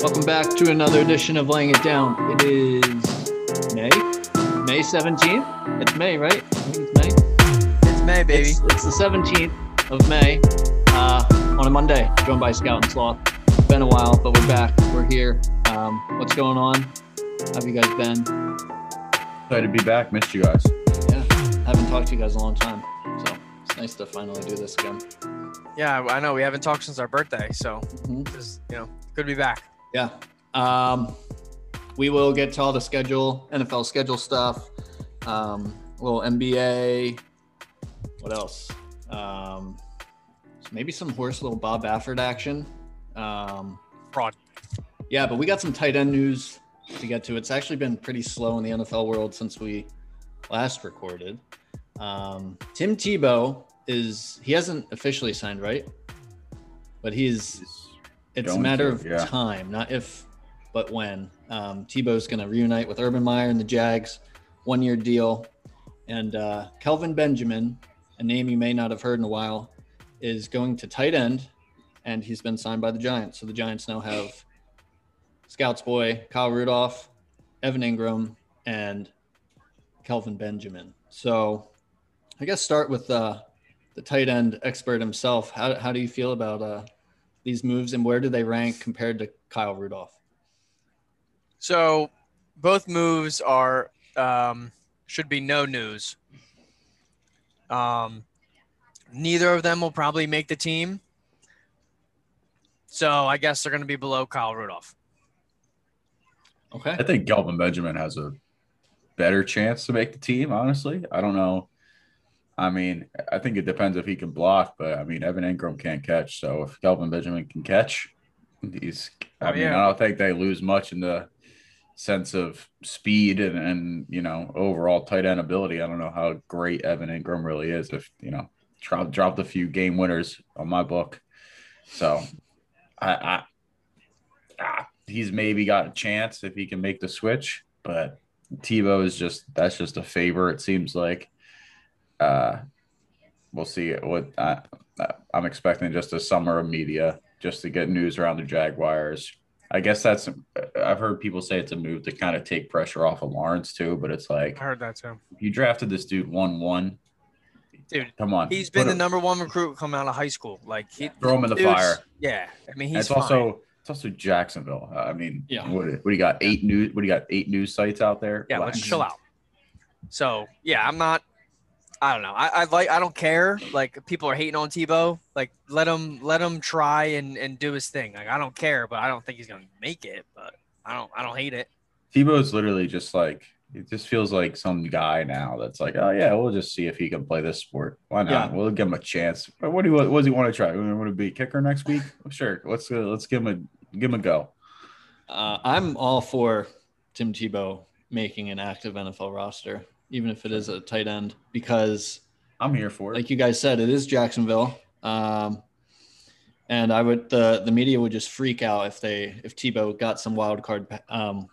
Welcome back to another edition of Laying It Down. It is May, May 17th. It's May, right? I think it's May. It's May, baby. It's, it's the 17th of May uh, on a Monday, joined by Scout and Sloth. It's been a while, but we're back. We're here. Um, what's going on? How have you guys been? Excited to be back. Missed you guys. haven't talked to you guys in a long time. So it's nice to finally do this again. Yeah, I know. We haven't talked since our birthday, so Mhm. just you know, good to be back. Yeah. Um, we will get to all the schedule, NFL schedule stuff, um, a little NBA. What else? Um, maybe some horse, little Bob Baffert action. Um, Fraud. yeah, but we got some tight end news to get to. It's actually been pretty slow in the NFL world since we last recorded. Um, Tim Tebow is, he hasn't officially signed, right? But he's it's a going matter to, of yeah. time, not if, but when. Um, Tebow's going to reunite with Urban Meyer and the Jags, one year deal. And uh, Kelvin Benjamin, a name you may not have heard in a while, is going to tight end, and he's been signed by the Giants. So the Giants now have Scouts boy Kyle Rudolph, Evan Ingram, and Kelvin Benjamin. So I guess start with uh, the tight end expert himself. How, how do you feel about uh, these moves and where do they rank compared to Kyle Rudolph? So both moves are um, should be no news. Um, neither of them will probably make the team. So I guess they're going to be below Kyle Rudolph. Okay. I think Galvin Benjamin has a better chance to make the team, honestly. I don't know. I mean, I think it depends if he can block, but I mean, Evan Ingram can't catch. So if Galvin Benjamin can catch, he's, I Oh, mean, yeah. I don't think they lose much in the sense of speed and, and, you know, overall tight end ability. I don't know how great Evan Ingram really is if, you know, drop, dropped a few game winners on my book. So I, I, ah, he's maybe got a chance if he can make the switch, but Tebow is just that's just a favor. It seems like uh, we'll see what I, I'm expecting just a summer of media just to get news around the Jaguars. I guess that's I've heard people say it's a move to kind of take pressure off of Lawrence too, but it's like I heard that too. you drafted this dude one one. Dude, come on, He's put been the him- number one recruit coming out of high school. Like he throw him in the dude's- fire. Yeah, I mean he's it's fine. also it's also Jacksonville. Uh, I mean, Yeah. What, what do you got? Eight news? What do you got? Eight news sites out there? yeah, let's Relax. chill out. So yeah, I'm not. I don't know. I, I like. I don't care. Like people are hating on Tebow. Like let him let him try and and do his thing. Like I don't care, but I don't think he's gonna make it. But I don't I don't hate it. Tebow's literally just like it just feels like some guy now that's like, oh yeah, we'll just see if he can play this sport. Why not? Yeah. We'll give him a chance. But What do you what does he want to try? Want to be a kicker next week? Sure. Let's uh, let's give him a give him a go. Uh, I'm all for Tim Tebow making an active NFL roster, even if it is a tight end, because I'm here for it. like you guys said, it is Jacksonville. Um, and I would the the media would just freak out if they if Tebow got some wild card pa- um,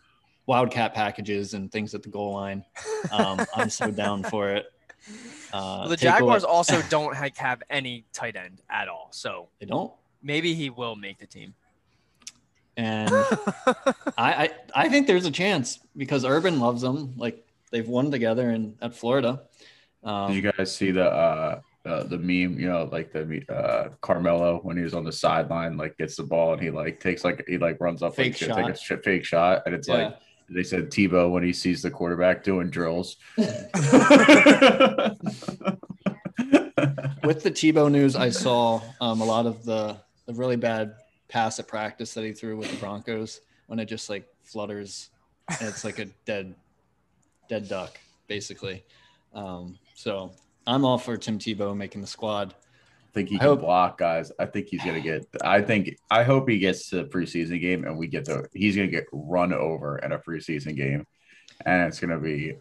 wildcat packages and things at the goal line. Um, I'm so down for it. Uh, the take away- Jaguars also don't like have any tight end at all. So they don't, maybe he will make the team. and I, I I think there's a chance because Urban loves them. Like they've won together in at Florida. Um, Did you guys see the uh, uh the meme? You know, like the uh Carmelo when he was on the sideline, like gets the ball and he like takes like he like runs up Fake like to take a sh- fake shot, and it's yeah. like they said Tebow when he sees the quarterback doing drills. with the Tebow news, I saw um, a lot of the the really bad pass at practice that he threw with the Broncos when it just like flutters and it's like a dead dead duck basically. Um, so I'm all for Tim Tebow making the squad. I think he I can hope- block, guys. I think he's gonna get. I think. I hope he gets to the preseason game, and we get the. He's gonna get run over in a preseason game, and it's gonna be.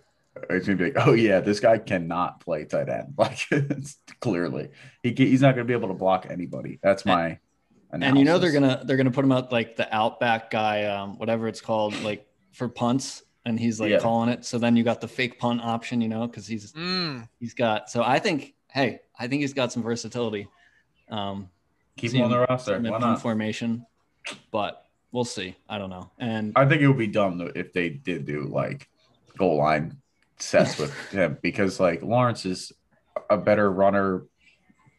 It's gonna be like, oh yeah, this guy cannot play tight end. Like it's, clearly, he ca- he's not gonna be able to block anybody. That's my. And you know they're analysis. gonna they're gonna put him out like the outback guy, um, whatever it's called, like for punts, and he's like Yeah. calling it. So then you got the fake punt option, you know, because he's Mm, he's got. So I think, hey, I think he's got some versatility. Um, keep him on the roster. in Why punt not? formation, but we'll see. I don't know. And I think it would be dumb though if they did do like goal line sets with him because like Lawrence is a better runner,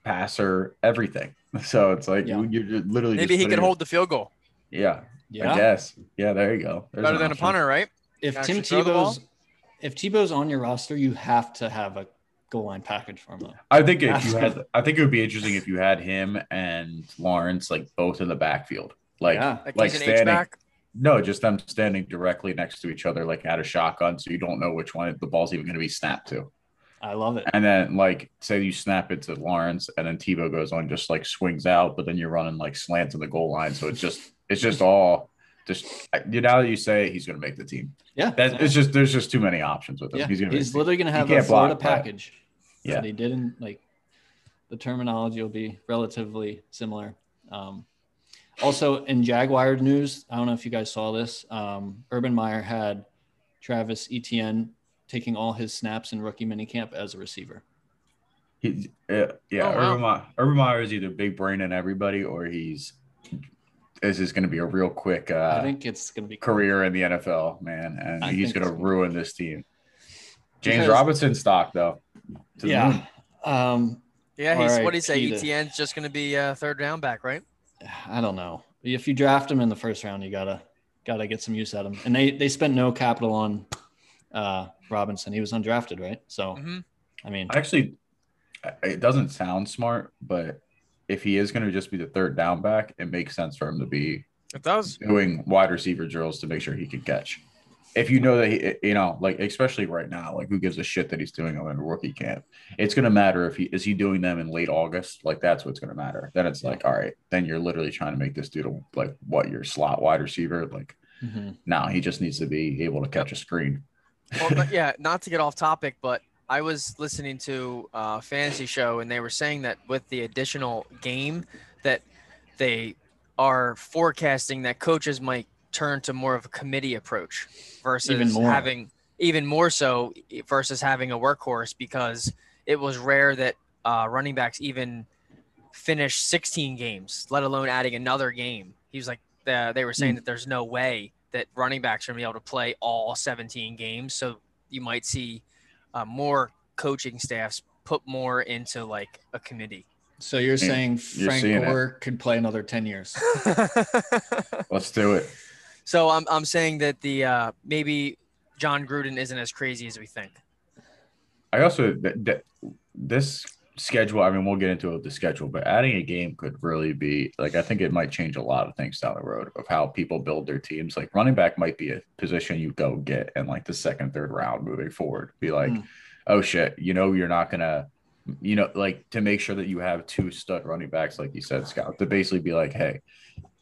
passer, everything. So it's like Yeah. you, you're just literally Maybe just he could putting- hold the field goal Yeah, I yeah, guess. Yeah, there you go. There's better an than a option. punter, right? if Tim actually throw the Tebow's if Tebow's on your roster, you have to have a goal line package from him. I think if you had, I think it would be interesting if you had him and Lawrence like both in the backfield, like yeah, Like, Like he's an H standing. back. no, just them standing directly next to each other, like out of shotgun, so you don't know which one the ball's even going to be snapped to. I love it. And then like say you snap it to Lawrence, and then Tebow goes on just like swings out, but then you're running like slants in the goal line, so it's just it's just all just you know how you say it, he's going to make the team. Yeah, That it's just there's just too many options with him. yeah. He's He's, going to make the team. literally going to he have a can't Florida block that. package. Yeah. that he didn't like. The terminology will be relatively similar. Um, also, in Jaguar news, I don't know if you guys saw this. Um, Urban Meyer had Travis Etienne taking all his snaps in rookie minicamp as a receiver. He's, uh, yeah, Oh, wow. Urban, Meyer, Urban Meyer is either big brain in everybody or he's this is going to be a real quick I uh, think it's going to be career in the NFL, man, and I he's think going to so. ruin this team. James Because- Robinson stock though. to the moon. Yeah. Um, Yeah, he's Alright, what do you say? Peter. ETN's just going to be uh, third down back, right? I don't know. If you draft him in the first round, you gotta gotta get some use out of him. And they they spent no capital on uh, Robinson. He was undrafted, right? Oh. So Mhm. I mean, Actually, it doesn't sound smart, but if he is going to just be the third down back, it makes sense for him to be It does. doing wide receiver drills to make sure he can catch. If you know that he, you know, like especially right now, like who gives a shit that he's doing them in rookie camp? It's gonna matter if he is he doing them in late August. Like that's what's gonna matter. Then it's like, all right, then you're literally trying to make this dude a, like what your slot wide receiver. Like mhm. now he just needs to be able to catch a screen. Well, but yeah, not to get off topic, but I was listening to a fantasy show and they were saying that with the additional game that they are forecasting that coaches might turn to more of a committee approach versus Even more. having even more so e, versus having a workhorse because it was rare that uh, running backs even finished 16 games, let alone adding another game. He was like, uh, they were Hmm. saying that there's no way that running backs are going to be able to play all 17 games. So you might see uh, more coaching staffs put more into like a committee. so you're saying you're Frank seeing it. Gore could play another ten years? Let's do it. so I'm, I'm saying that the uh, maybe John Gruden isn't as crazy as we think. I also th- th- this schedule. I mean, we'll get into the schedule, but adding a game could really be like I think it might change a lot of things down the road of how people build their teams. Like running back might be a position you go get in like the second, third round moving forward. Be like, Mm. oh shit, you know you're not gonna, you know, like to make sure that you have two stud running backs, like you said, Scott, to basically be like, hey.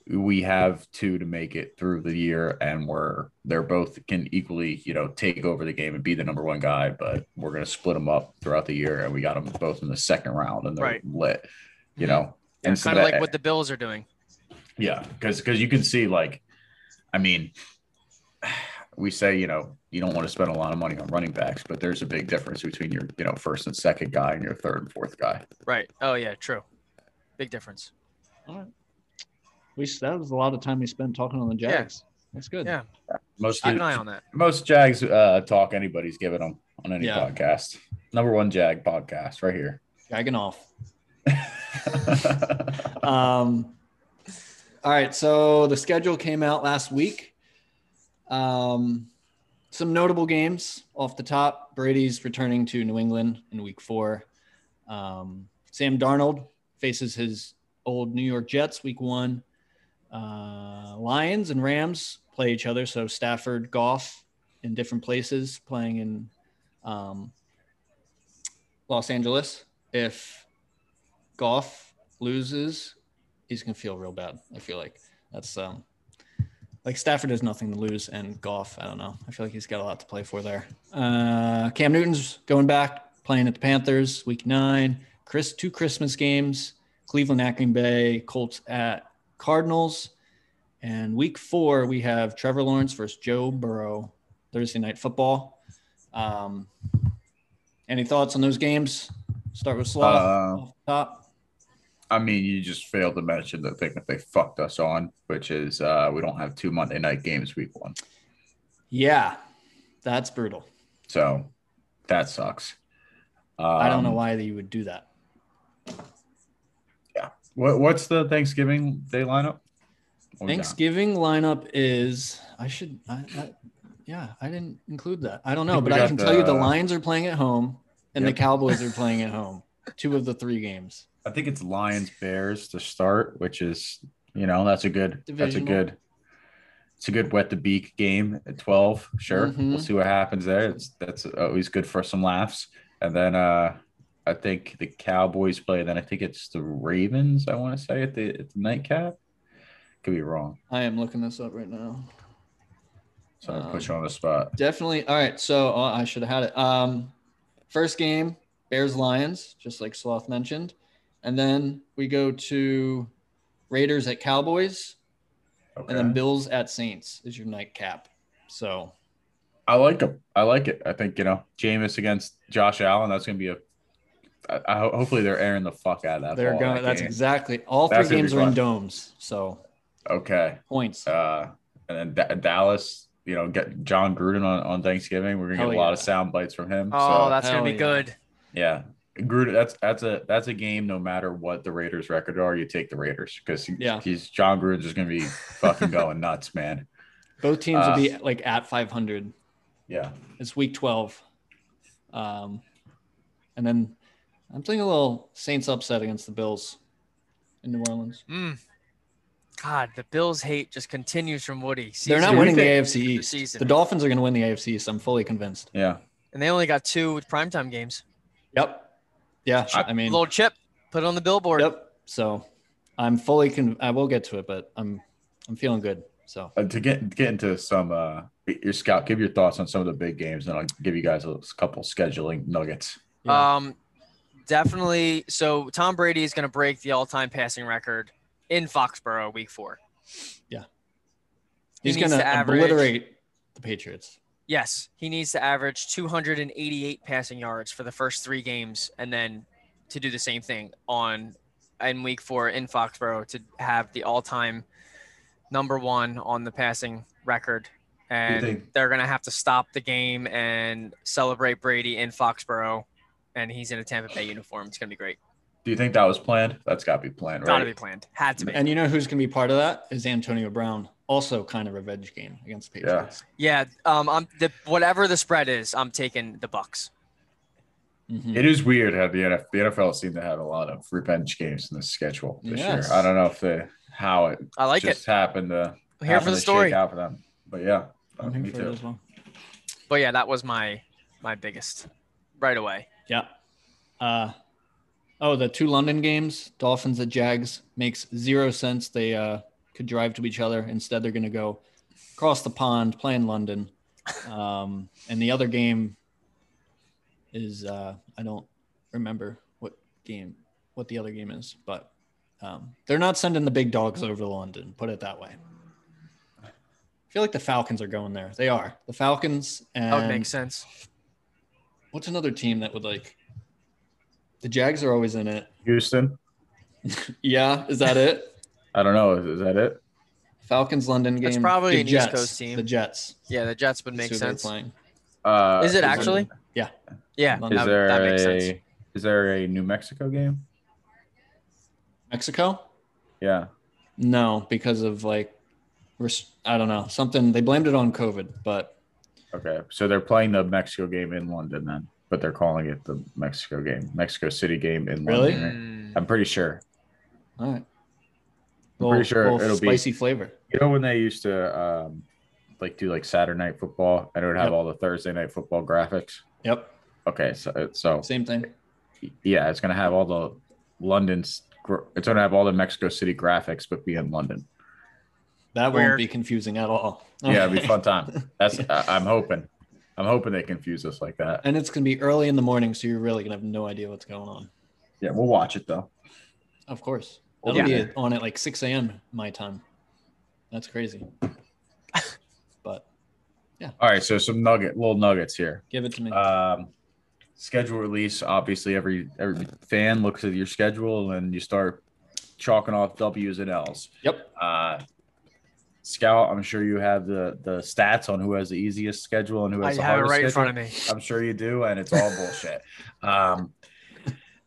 We have two to make it through the year, and we're they're both can equally, you know, take over the game and be the number one guy, but we're gonna split them up throughout the year, and we got them both in the second round, and they're Right. lit you know Yeah, and so kind of like that- what the Bills are doing. yeah because because you can see like i mean we say you know you don't want to spend a lot of money on running backs but there's a big difference between your you know first and second guy and your third and fourth guy Right. Oh, yeah, true. Big difference. we that was a lot of time we spent talking on the Jags. That's good. Yeah. most Keep an eye on that. most jags uh talk anybody's giving them on any Yeah. podcast number one jag podcast right here Jagging off. Um, all right, so the schedule came out last week. Um, some notable games off the top. Brady's returning to New England in week four. Um, Sam Darnold faces his old New York Jets week one. Uh, Lions and Rams play each other. So Stafford, Goff in different places playing in um, Los Angeles. If Goff loses, he's gonna feel real bad. I feel like that's um like Stafford has nothing to lose, and Goff, I don't know. I feel like he's got a lot to play for there. Uh, Cam Newton's going back playing at the Panthers, Week Nine. Chris, two Christmas games: Cleveland at Green Bay, Colts at Cardinals, and Week Four we have Trevor Lawrence versus Joe Burrow, Thursday Night Football. Um, any thoughts on those games? Start with Slaw. Uh, off the top. I mean, you just failed to mention the thing that they fucked us on, which is uh, we don't have two Monday night games week one. Yeah, that's brutal. So that sucks. Um, I don't know why you would do that. What, what's the Thanksgiving Day lineup? What we got? Thanksgiving lineup is I should I, I, yeah I didn't include that I don't know think we but I got can tell you the the- Lions are playing at home and Yep. the Cowboys are playing at home two of the three games I think it's Lions Bears to start, which is you know that's a good that's a Divisional. good it's a good wet the beak game at twelve. Sure, we'll Mhm. see what happens there. It's that's always good for some laughs. And then uh I think the Cowboys play. Then I think it's the Ravens. I want to say at the at the nightcap. Could be wrong. I am looking this up right now So I put Um, you on the spot. definitely all right so oh, I should have had it um first game Bears Lions just like Sloth mentioned and then we go to Raiders at Cowboys Okay. and then Bills at Saints is your nightcap so I like him. I like it. I think you know Jameis against Josh Allen. That's gonna be a. I, I ho- hopefully they're airing the fuck out of that. they're ball going that that's game. exactly all That's three gonna be games are in fun. domes so okay. points Uh, and then Da- Dallas, you know, get John Gruden on, on Thanksgiving. We're gonna Hell get a lot yeah. of sound bites from him. Oh, so that's gonna Hell be yeah. good. yeah, Gruden. That's that's a that's a game. No matter what the Raiders' record are, you take the Raiders because Yeah. he's John Gruden's just gonna be fucking going nuts, man. Both teams Uh, will be like at 500. Yeah, It's week 12. Um, and then I'm thinking a little Saints upset against the Bills in New Orleans. Mm. God, the Bills hate just continues from Woody. They're not Season- we winning the think- AFC East. season. The Dolphins are going to win the AFC East. I'm fully convinced. yeah. and they only got two primetime games. Yep. Yeah. I, mean, Little chip, put it on the billboard. yep. So I'm fully con. I will get to it, but I'm I'm feeling good. So Uh, to get get into some uh your scout, give your thoughts on some of the big games, and I'll give you guys a couple scheduling nuggets. yeah. Um, definitely. So Tom Brady is going to break the all-time passing record in Foxborough, Week Four. he he's needs going to to average- obliterate the Patriots. Yes, he needs to average 288 passing yards for the first three games, and then to do the same thing on in Week Four in Foxborough to have the all-time number one on the passing record. And think- they're going to have to stop the game and celebrate Brady in Foxborough. And he's in a Tampa Bay uniform. It's going to be great. Do you think that was planned? That's got to be planned, Gotta be right? planned. Had to be. And you know who's going to be part of that is Antonio Brown. Also, kind of revenge game against the Yeah. Patriots. Yeah, um, I'm the whatever the spread is, I'm taking the Bucks. Mhm. It is weird how the NFL, the NFL seemed to have a lot of revenge games in the schedule this Yes. year. I don't know if they how it I like just happened to it. I'm here for happened the to story. shake out for them. But yeah, uh, I'm here me for it too. as well. But yeah, that was my my biggest right away. Yeah. Uh, oh, the two London games, Dolphins at Jags, makes zero sense. They uh, could drive to each other. Instead, they're going to go across the pond, play in London. Um, and the other game is uh, I don't remember what game, what the other game is, but um, they're not sending the big dogs over to London. Put it that way. I feel like the Falcons are going there. They are the Falcons and That would make sense. What's another team that would like? The Jags are always in it. Houston. Yeah, is that it? I don't know. Is, is that it? Falcons London game. That's probably the an East Jets, Coast team. The Jets Yeah, the Jets would is make who they're sense. Playing. Uh, Is it actually? Yeah. Yeah, Is Is that, there that makes a sense. is there a New Mexico game? Mexico? Yeah, No, because of like, res- I don't know something. They blamed it on COVID, but Okay, so they're playing the Mexico game in London then, but they're calling it the Mexico game, Mexico City game in Really? London. right? Mm, I'm pretty sure. all right. I'm pretty sure little it'll be- spicy flavor. You know when they used to um, like do like Saturday night football, and it would have Yep. all the Thursday night football graphics. Yep, Okay, so so same thing. yeah, it's gonna have all the London's. gr- It's gonna have all the Mexico City graphics, but be in London. That Weird. won't be confusing at all. Yeah, it'd be a fun time. That's I, I'm hoping. I'm hoping they confuse us like that. And it's gonna be early in the morning, so you're really gonna have no idea what's going on. Yeah, we'll watch it though. Of course, We'll that'll be be there. on at like 6 a.m. my time. That's crazy. but All right, so some nugget, little nuggets here. give it to me. um, schedule release. Obviously, every every fan looks at your schedule and you start chalking off W's and L's. Yep. Uh, Scout, I'm sure you have the the stats on who has the easiest schedule and who I has the have it hardest right in schedule. front of me. I'm sure you do, and it's all bullshit. Um,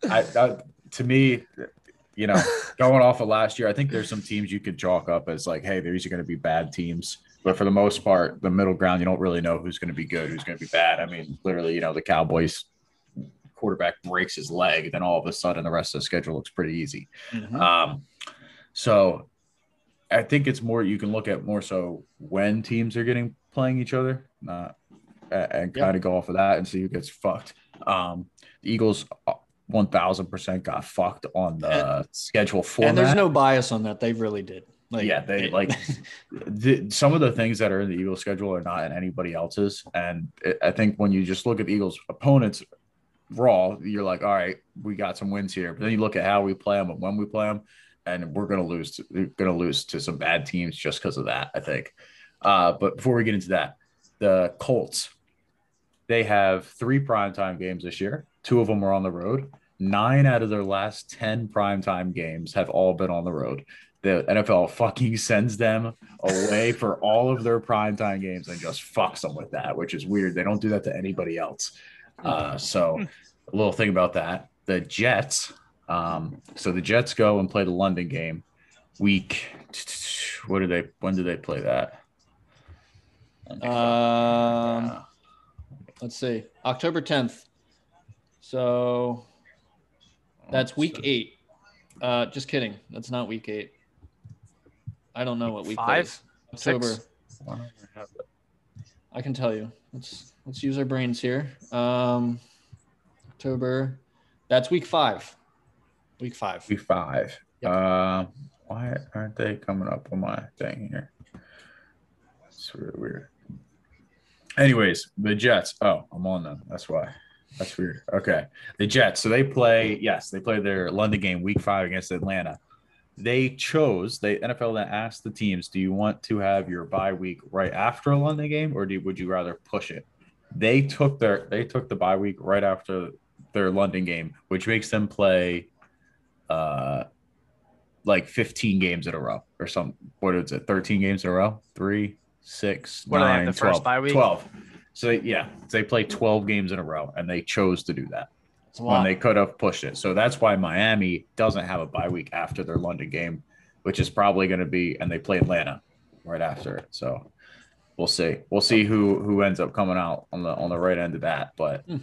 I, I to me, you know, going off of last year, I think there's some teams you could chalk up as like, hey, these are going to be bad teams. But for the most part, the middle ground, you don't really know who's going to be good, who's going to be bad. I mean, literally, you know, the Cowboys quarterback breaks his leg, then all of a sudden, the rest of the schedule looks pretty easy. Mhm. Um, so I think it's more you can look at more so when teams are getting playing each other, not and, and Yep. kind of go off of that and see who gets fucked. Um, the Eagles, uh, one thousand percent got fucked on the schedule format. And there's no bias on that. They really did. Like, yeah, they like the, some of the things that are in the Eagles schedule are not in anybody else's. And it, I think when you just look at the Eagles opponents raw, you're like, all right, we got some wins here. But then you look at how we play them and when we play them, and we're gonna lose. To, we're gonna lose to some bad teams just because of that. I think. Uh, but before we get into that, the Colts, they have three primetime games this year. Two of them are on the road. Nine out of their last ten primetime games have all been on the road. The NFL fucking sends them away for all of their primetime games and just fucks them with that, which is weird. They don't do that to anybody else. Uh, so, a little thing about that. The Jets. Um, so the Jets go and play the London game week. What do they? When do they play that? um, let's see, October 10th. So that's week eight. Uh, just kidding. That's not week eight. I don't know what week that Five? is. October. Six? I can tell you. Let's let's use our brains here. Um, October. That's week five. Week five. Week five. Yep. Uh, why aren't they coming up on my thing here? It's really weird. Anyways, the Jets. Oh, I'm on them. That's why. That's weird. Okay. The Jets. So they play, yes, they play their London game week five against Atlanta. They chose, the NFL then asked the teams, do you want to have your bye week right after a London game or do, would you rather push it? They took their they took the bye week right after their London game, which makes them play uh like 15 games in a row or some what is it 13 games in a row three six What do they have, nine, the first 12, bye week? 12 so they, yeah they play 12 games in a row and they chose to do that It's a when lot. they could have pushed it so that's why miami doesn't have a bye week after their london game which is probably going to be and they play atlanta right after it so we'll see we'll see who who ends up coming out on the on the right end of that but Hmm.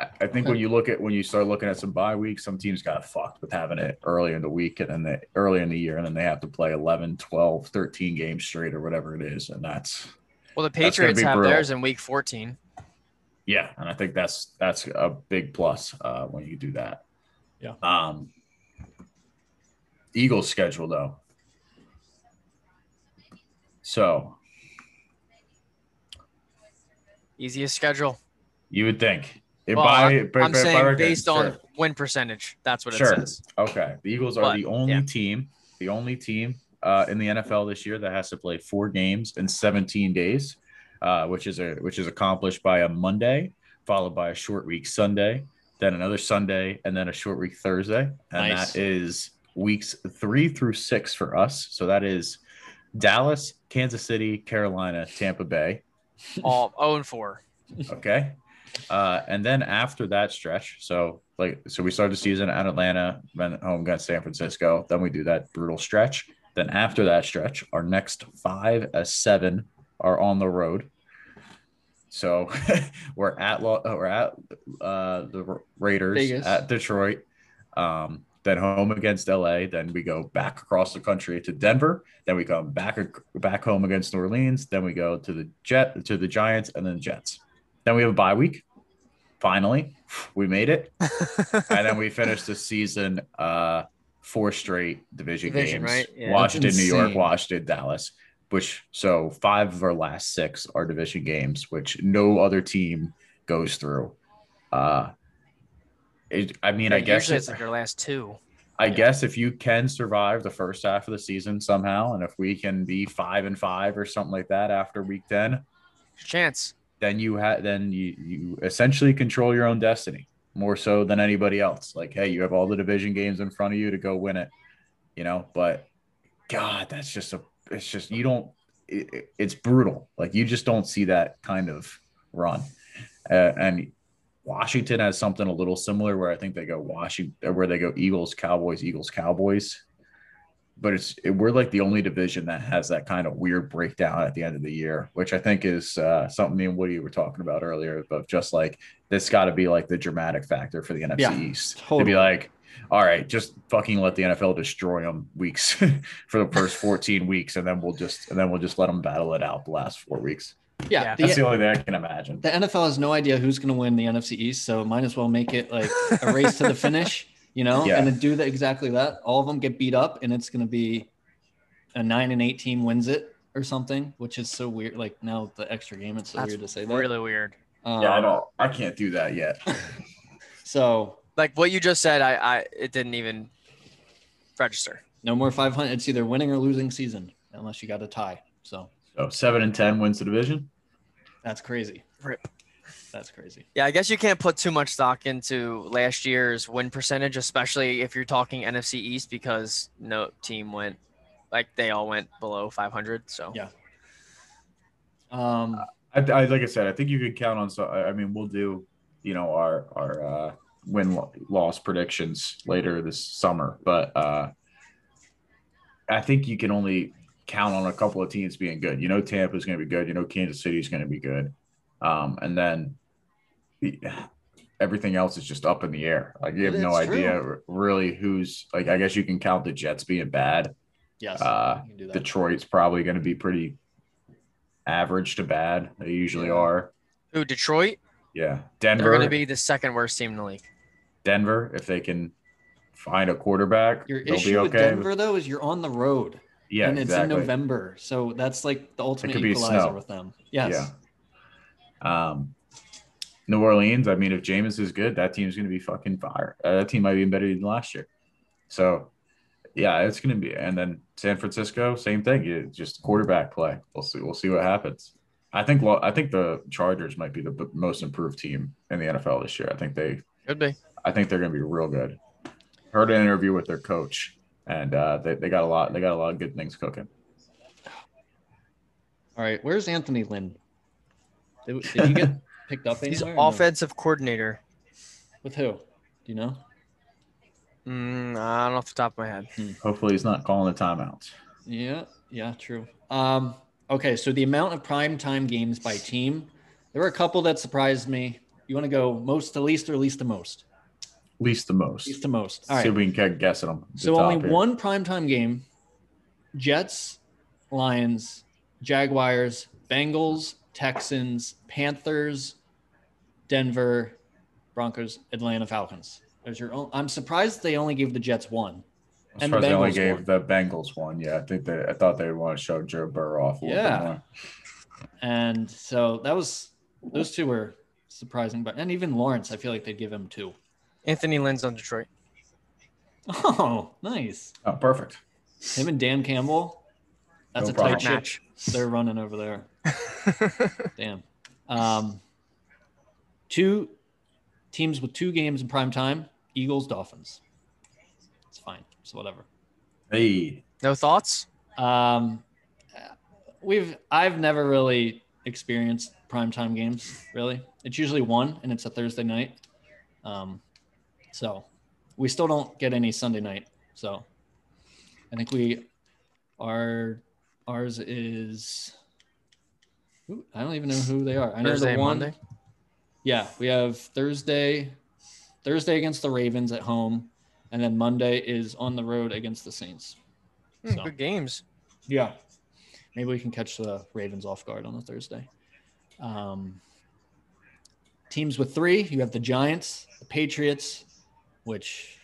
I I think when you look at when you start looking at some bye weeks, some teams got fucked with having it early in the week and then they, early in the year, and then they have to play 11, 12, 13 games straight or whatever it is. And that's, Well, the gonna Patriots be have brutal. theirs in week 14. yeah. And I think that's, that's a big plus uh, when you do that. Yeah. Um, Eagles schedule though. So Easiest schedule. you would think it Well, by, I'm, by- I'm by saying record, based on sure. win percentage. That's what Sure. it says. Okay. The Eagles are But, the only yeah. team, the only team uh, in the NFL this year that has to play four games in 17 days, uh, which is a which is accomplished by a Monday, followed by a short week Sunday, then another Sunday, and then a short week Thursday. And Nice. that is weeks three through six for us. So that is Dallas, Kansas City, Carolina, Tampa Bay. All 0 and 4. Okay. Uh, and then after that stretch, so like, so we started the season at Atlanta, went home, got San Francisco. Then we do that brutal stretch. Then after that stretch, our next five as seven are on the road. So we're at Lo- uh, we're at uh, the Ra- Raiders Vegas. at Detroit. Um, then home against LA. Then we go back across the country to Denver. Then we come back back home against New Orleans. Then we go to the Jet to the Giants and then the Jets. Then we have a bye week. Finally, we made it, and then we finished the season uh, four straight division, Division, games: right? Yeah. Washington, That's New York, insane. Washington, Dallas. Which so five of our last six are division games, which no other team goes through. Uh, it, I mean, I guess Usually it's it- like their last two. I Yeah. guess if you can survive the first half of the season somehow, and if we can be five and five or something like that after week ten, Chance. then you ha- then you, you essentially control your own destiny more so than anybody else. Like, hey, you have all the division games in front of you to go win it. you know, but God, that's just a, it's just, you don't, it, it- it's brutal. Like you just don't see that kind of run. Uh, and Washington has something a little similar where I think they go Washington, uh, where they go Eagles, Cowboys, Eagles, Cowboys. But it's it, we're like the only division that has that kind of weird breakdown at the end of the year, which I think is uh, something me and Woody were talking about earlier. But just like that's got to be like the dramatic factor for the NFC Yeah, East to totally. be like, all right, just fucking let the NFL destroy them weeks for the first fourteen weeks, and then we'll just and then we'll just let them battle it out the last four weeks. Yeah, Yeah. That's the, the only thing I can imagine. the NFL has no idea who's going to win the NFC East, so might as well make it like a race to the finish, you know, Yeah. and then do that exactly that. All of them get beat up, and it's going to be a nine and eight team wins it or something, which is so weird. Like now with the extra game, it's so That's weird to say that. Really weird. Um, Yeah, I don't. I can't do that yet. So Like what you just said, I, I it didn't even register. no more five hundred. It's either winning or losing season, unless you got a tie. So So seven and ten wins the division. that's crazy. Rip. That's crazy. Yeah, I guess you can't put too much stock into last year's win percentage, especially if you're talking NFC East, because no team went, like they all went below 500. So Yeah. Um, I, I like I said, I think you could count on. So I I mean, we'll do you know our our uh, win lo- loss predictions later this summer, but uh, I think you can only count on a couple of teams being good. You know, Tampa's going to be good. You know, Kansas City's going to be good, um, and then. the- Everything else is just up in the air. Like you have no That's true. idea r- really who's like. I guess you can count the Jets being bad, yes, Uh, you can do that. Detroit's probably going to be pretty average to bad. They usually Yeah. are. who Detroit? Yeah. They're Denver. going to be the second worst team in the league. Denver, if they can find a quarterback, Your they'll issue be with okay. Denver though is you're on the road. yeah, and it's exactly. in November, so that's like the ultimate could be equalizer snow. with them. Yes. Yeah. Um, New Orleans. I mean, if Jameis is good, that team's going to be fucking fire. Uh, that team might be better than last year. So, yeah, it's going to be. And then San Francisco, same thing. You- just quarterback play. We'll see. We'll see what happens. I think. Well, I think the Chargers might be the b- most improved team in the NFL this year. I think they. Could be. I think they're going to be real good. Heard an interview with their coach, and uh, they, they got a lot. They got a lot of good things cooking. All right. Where's Anthony Lynn? Did, did he get picked up He's anywhere? or no? offensive coordinator. With who? Do you know? Mm, I don't know off the top of my head. Hopefully, he's not calling the timeouts. Yeah. Yeah. True. Um. Okay. So the amount of prime time games by team, there were a couple that surprised me. You want to go most to least or least to most? Least the most. Least to most. All See right. if we can get guess at them. So only one primetime game: Jets, Lions, Jaguars, Bengals, Texans, Panthers, Denver, Broncos, Atlanta Falcons. There's your own. I'm surprised they only gave the Jets one. And and the the they only Bengals gave one. the Bengals one. Yeah, I think they. I thought they want to show Joe Burrow off a little Yeah. bit more. And so that was those two were surprising, but and even Lawrence, I feel like they'd give him two. Anthony Lynn's on Detroit. Oh, nice. Oh, perfect. Him and Dan Campbell. That's No a problem. tight ship. They're running over there. Damn. Um, two teams with two games in prime time: Eagles, Dolphins. It's fine. So whatever. Hey, No thoughts? Um, we've I've never really experienced prime time games. Really, it's usually one, and it's a Thursday night. Um, so we still don't get any Sunday night. So I think we our ours is. Ooh, I don't even know who they are. I know Thursday, the one. Monday? Yeah, we have Thursday, Thursday against the Ravens at home, and then Monday is on the road against the Saints. Hmm, So. Good games. Yeah. Maybe we can catch the Ravens off guard on the Thursday. Um, teams with three, you have the Giants, the Patriots, which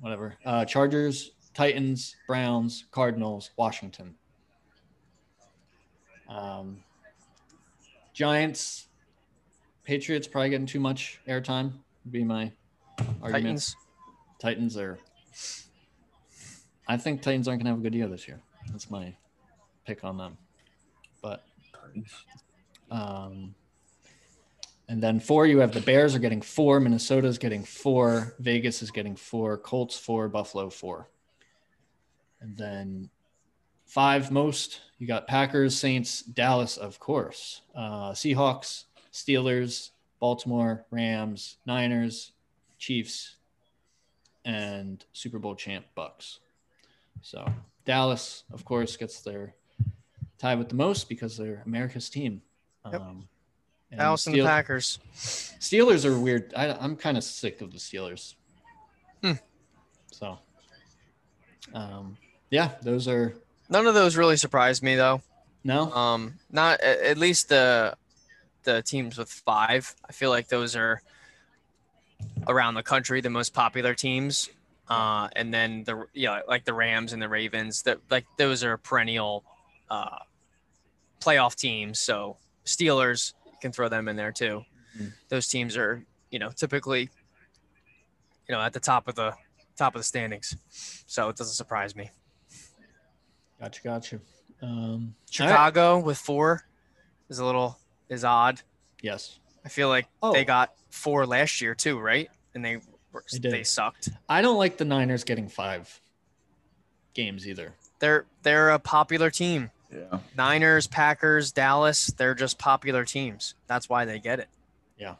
whatever, uh, Chargers, Titans, Browns, Cardinals, Washington. Um, Giants, Patriots probably getting too much airtime would be my argument. Titans. Titans are. I think Titans aren't going to have a good year this year. That's my pick on them. But, um, and then four, you have the Bears are getting four, Minnesota's getting four, Vegas is getting four, Colts four, Buffalo four. And then five most you got Packers, Saints, Dallas, of course, uh, Seahawks, Steelers, Baltimore, Rams, Niners, Chiefs, and Super Bowl champ Bucks. So Dallas, of course, gets their tie with the most because they're America's team. Yep. Um, and Dallas and the Steel- Packers. Steelers are weird. I, I'm kind of sick of the Steelers. Hmm. So, um, yeah, those are None of those really surprised me though. no. Um, not a- at least the the teams with five. I feel like those are around the country the most popular teams. Uh, and then the yeah, like the Rams and the Ravens. That like those are perennial uh, playoff teams. So Steelers you can throw them in there too. Mhm. Those teams are you know typically you know at the top of the top of the standings. So it doesn't surprise me. Gotcha, gotcha. Um, all right. Chicago with four is a little is odd. Yes, I feel like Oh. they got four last year too, right? And they were, They they, did. sucked. I don't like the Niners getting five games either. They're they're a popular team. Yeah. Niners, Packers, Dallas, they're just popular teams. That's why they get it. Yeah.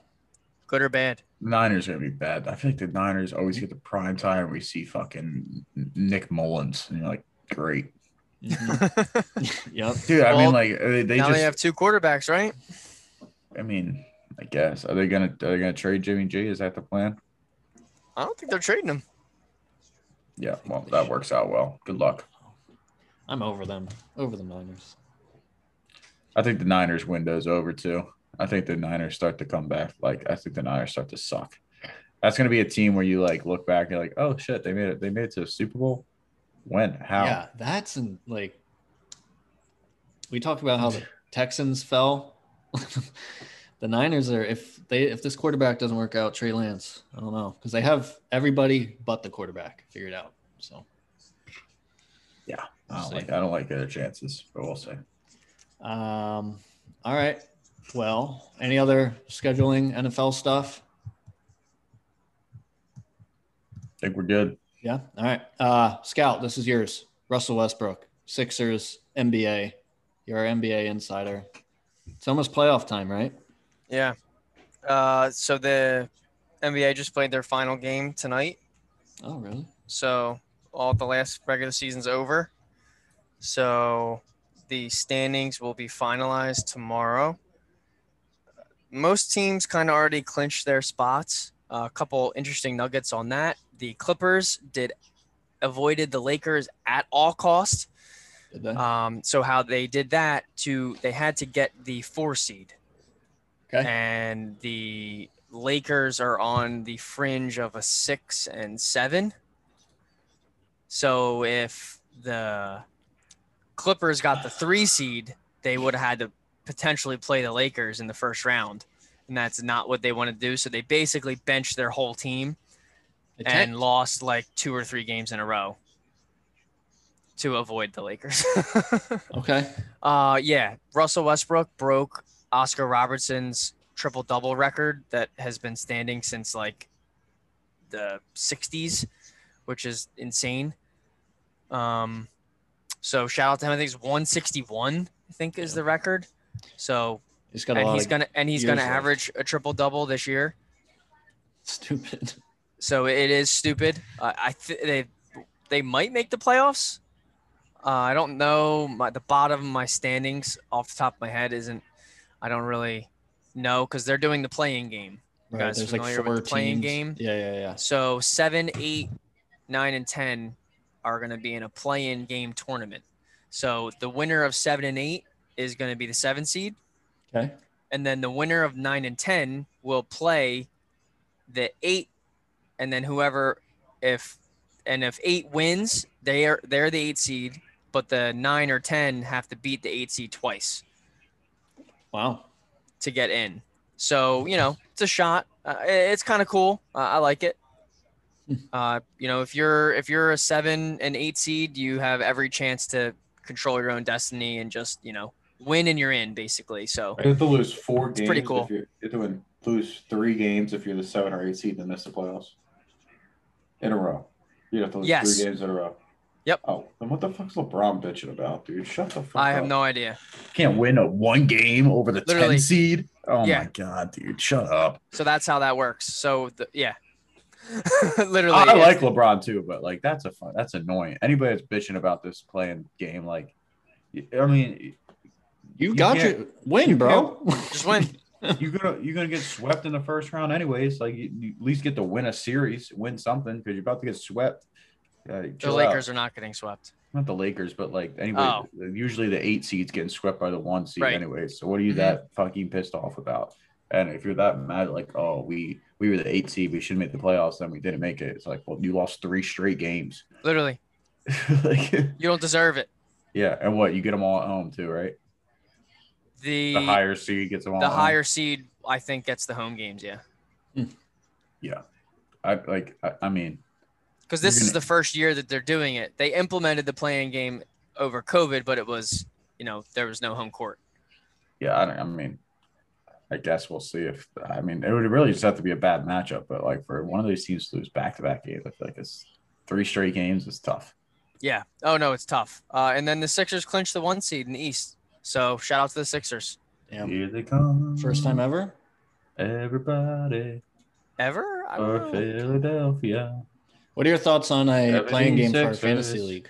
Good or bad. Niners are gonna be bad. I feel like the Niners always get the prime time. We see fucking Nick Mullins, and you're like, great, Mhm. yep. dude. I Well, mean, like they, they now just. they have two quarterbacks, right? I mean, I guess are they gonna are they gonna trade Jimmy G? Is that the plan? I don't think they're trading them. Yeah. Well, that works out well. Good luck. I'm over them, over the Niners. I think the Niners window's over too. I think the Niners start to come back. Like I think the Niners start to suck. That's gonna be a team where you like look back and you're like, oh shit, they made it. They made it to a Super Bowl. When? How? Yeah, that's in, like we talked about how the Texans fell. the Niners are if they if this quarterback doesn't work out, Trey Lance. I don't know because they have everybody but the quarterback figured out. So I don't like. I don't like their chances, but we'll see. um, all right. Well, any other scheduling NFL stuff? I think we're good. Yeah. All right. Uh, Scout, this is yours. Russell Westbrook, Sixers, NBA. You're our NBA insider. It's almost playoff time, right? Yeah. Uh, so the NBA just played their final game tonight. Oh, really? So all the last regular season's over. So the standings will be finalized tomorrow. Most teams kind of already clinched their spots. A couple interesting nuggets on that. The Clippers did avoided the Lakers at all cost. Did they? Um, so how they did that to they had to get the four seed okay. and the Lakers are on the fringe of a six and seven. So if the Clippers got the three seed, they would have had to potentially play the Lakers in the first round. And that's not what they want to do. So they basically benched their whole team They tanked. and lost like two or three games in a row to avoid the Lakers. Okay. Uh, yeah, Russell Westbrook broke Oscar Robertson's triple double record that has been standing since like the '60s, which is insane. Um, so shout out to him. I think it's 161. I think is Yeah. the record. So He's got a and lot he's of gonna and he's gonna years left. average a triple double this year. stupid. So it is stupid. Uh, I th- they they might make the playoffs. Uh, I don't know. My, the bottom of my standings off the top of my head isn't. I don't really know because they're doing the playing game. guys familiar with the playing game? Yeah, yeah, yeah. So seven, eight, nine, and ten are going to be in a play-in game tournament. So the winner of seven and eight is going to be the seven seed, Okay. and then the winner of nine and ten will play the eight, and then whoever if and if eight wins, they are they're the eight seed, but the nine or ten have to beat the eight seed twice Wow. to get in. So you know, it's a shot. Uh, i- it's kind of cool. Uh, I like it. Uh, you know, if you're if you're a seven and eight seed, you have every chance to control your own destiny and just you know win and you're in basically. So You have to lose four games. pretty cool. If you're, you're doing lose three games if you're the seven or eight seed and miss the playoffs in a row. You have to lose Yes. three games in a row. Yep. Oh, then what the fuck's LeBron bitching about, dude? Shut the fuck I up. have no idea. Can't win a one game over the Literally. 10 seed. Oh Yeah. my god, dude. Shut up. So that's how that works. So the, yeah, literally. I it's- like LeBron too, but like that's a fun that's annoying. Anybody that's bitching about this playing game, like I mean You You got can't- your win, bro. just win. you're gonna you're gonna get swept in the first round anyways. Like you, you at least get to win a series, win something because you're about to get swept. Uh, The chill out. Lakers are not getting swept. not the Lakers, but like anyway, Oh. usually the eight seeds getting swept by the one seed Right. anyway. So what are you Mhm. that fucking pissed off about? And if you're that mad, like oh we we were the eight seed, we should have made the playoffs, then we didn't make it. It's like well you lost three straight games. Literally, like you don't deserve it. yeah, and what you get them all at home too, right? The The higher seed gets them all. the at home. higher seed, I think, gets the home games. Yeah, Yeah, I like I, I mean because this You're is gonna- the first year that they're doing it. They implemented the playing game over COVID, but it was you know there was no home court. yeah, I don't. I mean, I guess we'll see if. I mean, it would really just have to be a bad matchup. But like for one of these teams to lose back to back games, I feel like it's three straight games is tough. Yeah. Oh no, it's tough. Uh, and then the Sixers clinched the one seed in the East. So shout out to the Sixers. Damn. Here they come. First time ever. Everybody Ever? I for don't know. Philadelphia. What are your thoughts on a playing game for 76ers. fantasy league?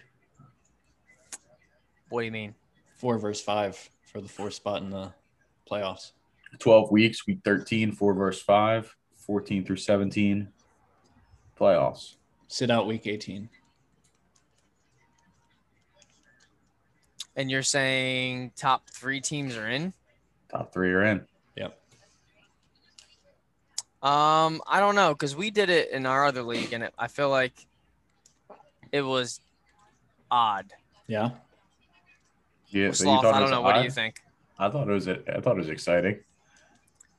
What do you mean? Four versus five for the fourth spot in the playoffs. Twelve weeks, week 13, four versus five, 14 through seventeen, playoffs. Sit out week 18. And you're saying top three teams are in? Top three are in. Yep. Um, I don't know because we did it in our other league, and it, I feel like it was odd. Yeah. Yeah, so you Sloth, thought it I don't was know. What do odd? you think? I thought it was. I thought it was exciting.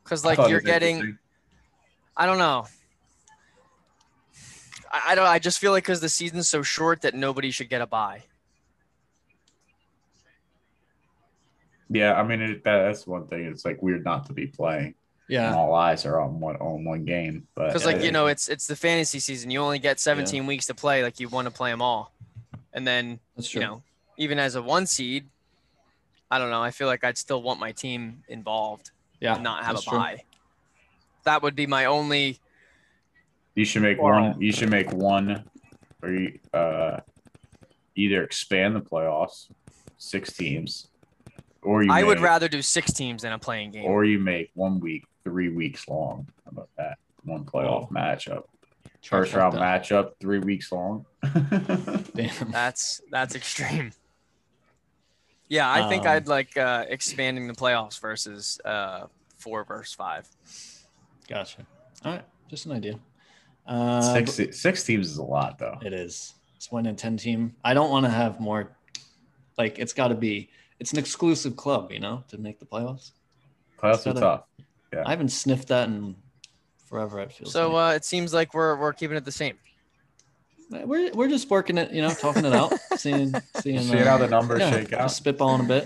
Because I like thought it you're was getting, interesting. I don't know. I, I don't. I just feel like because the season's so short that nobody should get a bye. Yeah, I mean it, that, that's one thing. It's like weird not to be playing. and Yeah. all eyes are on one on one game. But because like you know it's it's the fantasy season you only get 17 weeks to play like you want to play them all and then That's true. you know even as a one seed i don't know i feel like i'd still want my team involved yeah. and not have a that's true. bye that would be my only you should make one. You should make one, or you, uh, either expand the playoffs, six teams, or you. i would make- rather do six teams than a playing game Or you make one week, three weeks long. How about that? One playoff matchup, first round matchup, three weeks long. Damn. that's that's extreme yeah i think Um, i'd like uh expanding the playoffs versus uh four versus five Gotcha. All right. Just an idea. Uh, six six teams is a lot though. It is. It's one in ten team. I don't want to have more. Like it's got to be. It's an exclusive club, you know, to make the playoffs. Playoffs are Instead of- tough. Yeah. I haven't sniffed that in forever. It feels. so like. uh it seems like we're we're keeping it the same uh, we're we're just working it, you know, talking it out, seeing seeing, uh, Seeing how the numbers shake out. just spitballing a bit.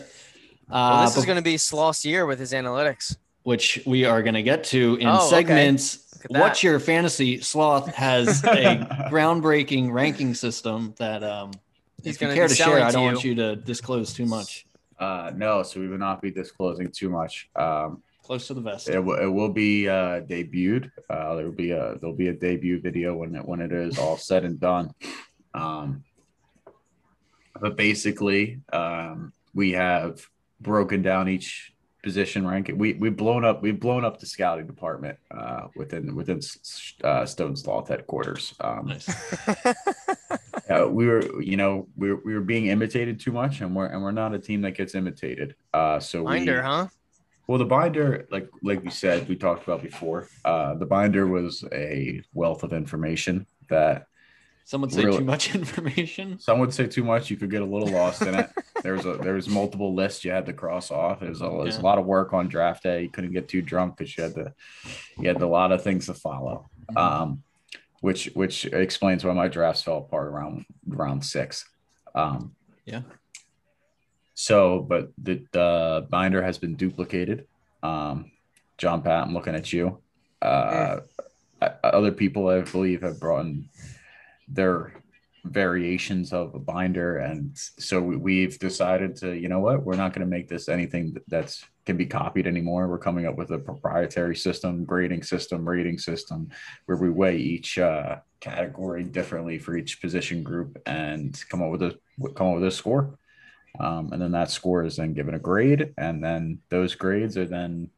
Uh, Well, this but- is going to be Sloth's year with his analytics. which we are going to get to in Oh, okay. segments. at that. What's your fantasy sloth has a groundbreaking ranking system that um, He's if you gonna care be to share, selling I to don't you. want you to disclose too much. Uh, no, so we will not be disclosing too much. Um, Close to the vest. It, w- it will be uh, debuted. Uh, there will be a there'll be a debut video when it when it is all said and done. Um, but basically, um, we have broken down each position ranking. We we've blown up we've blown up the scouting department uh, within within S- uh, Stone Sloth headquarters. Um, Nice. uh, we were you know we were, we were being imitated too much, and we're and we're not a team that gets imitated. Uh, so we, Binder, huh? well, the binder, like like we said, we talked about before. Uh, the binder was a wealth of information that Some would say Really- too much information. some would say too much. You could get a little lost in it. There was a there was multiple lists you had to cross off. It was a, it was a Yeah. lot of work on draft day. You couldn't get too drunk because you had to you had a lot of things to follow. Mm-hmm. Um, which which explains why my drafts fell apart around round six. Um, Yeah. So, but the, the binder has been duplicated. Um, John Pat, I'm looking at you. Uh, o- Other people, I believe, have brought in their variations of a binder, and so we, we've decided to, you know what, we're not going to make this anything that's can be copied anymore. We're coming up with a proprietary system, grading system, rating system, where we weigh each uh, category differently for each position group and come up with a come up with a score. Um, and then that score is then given a grade, and then those grades are then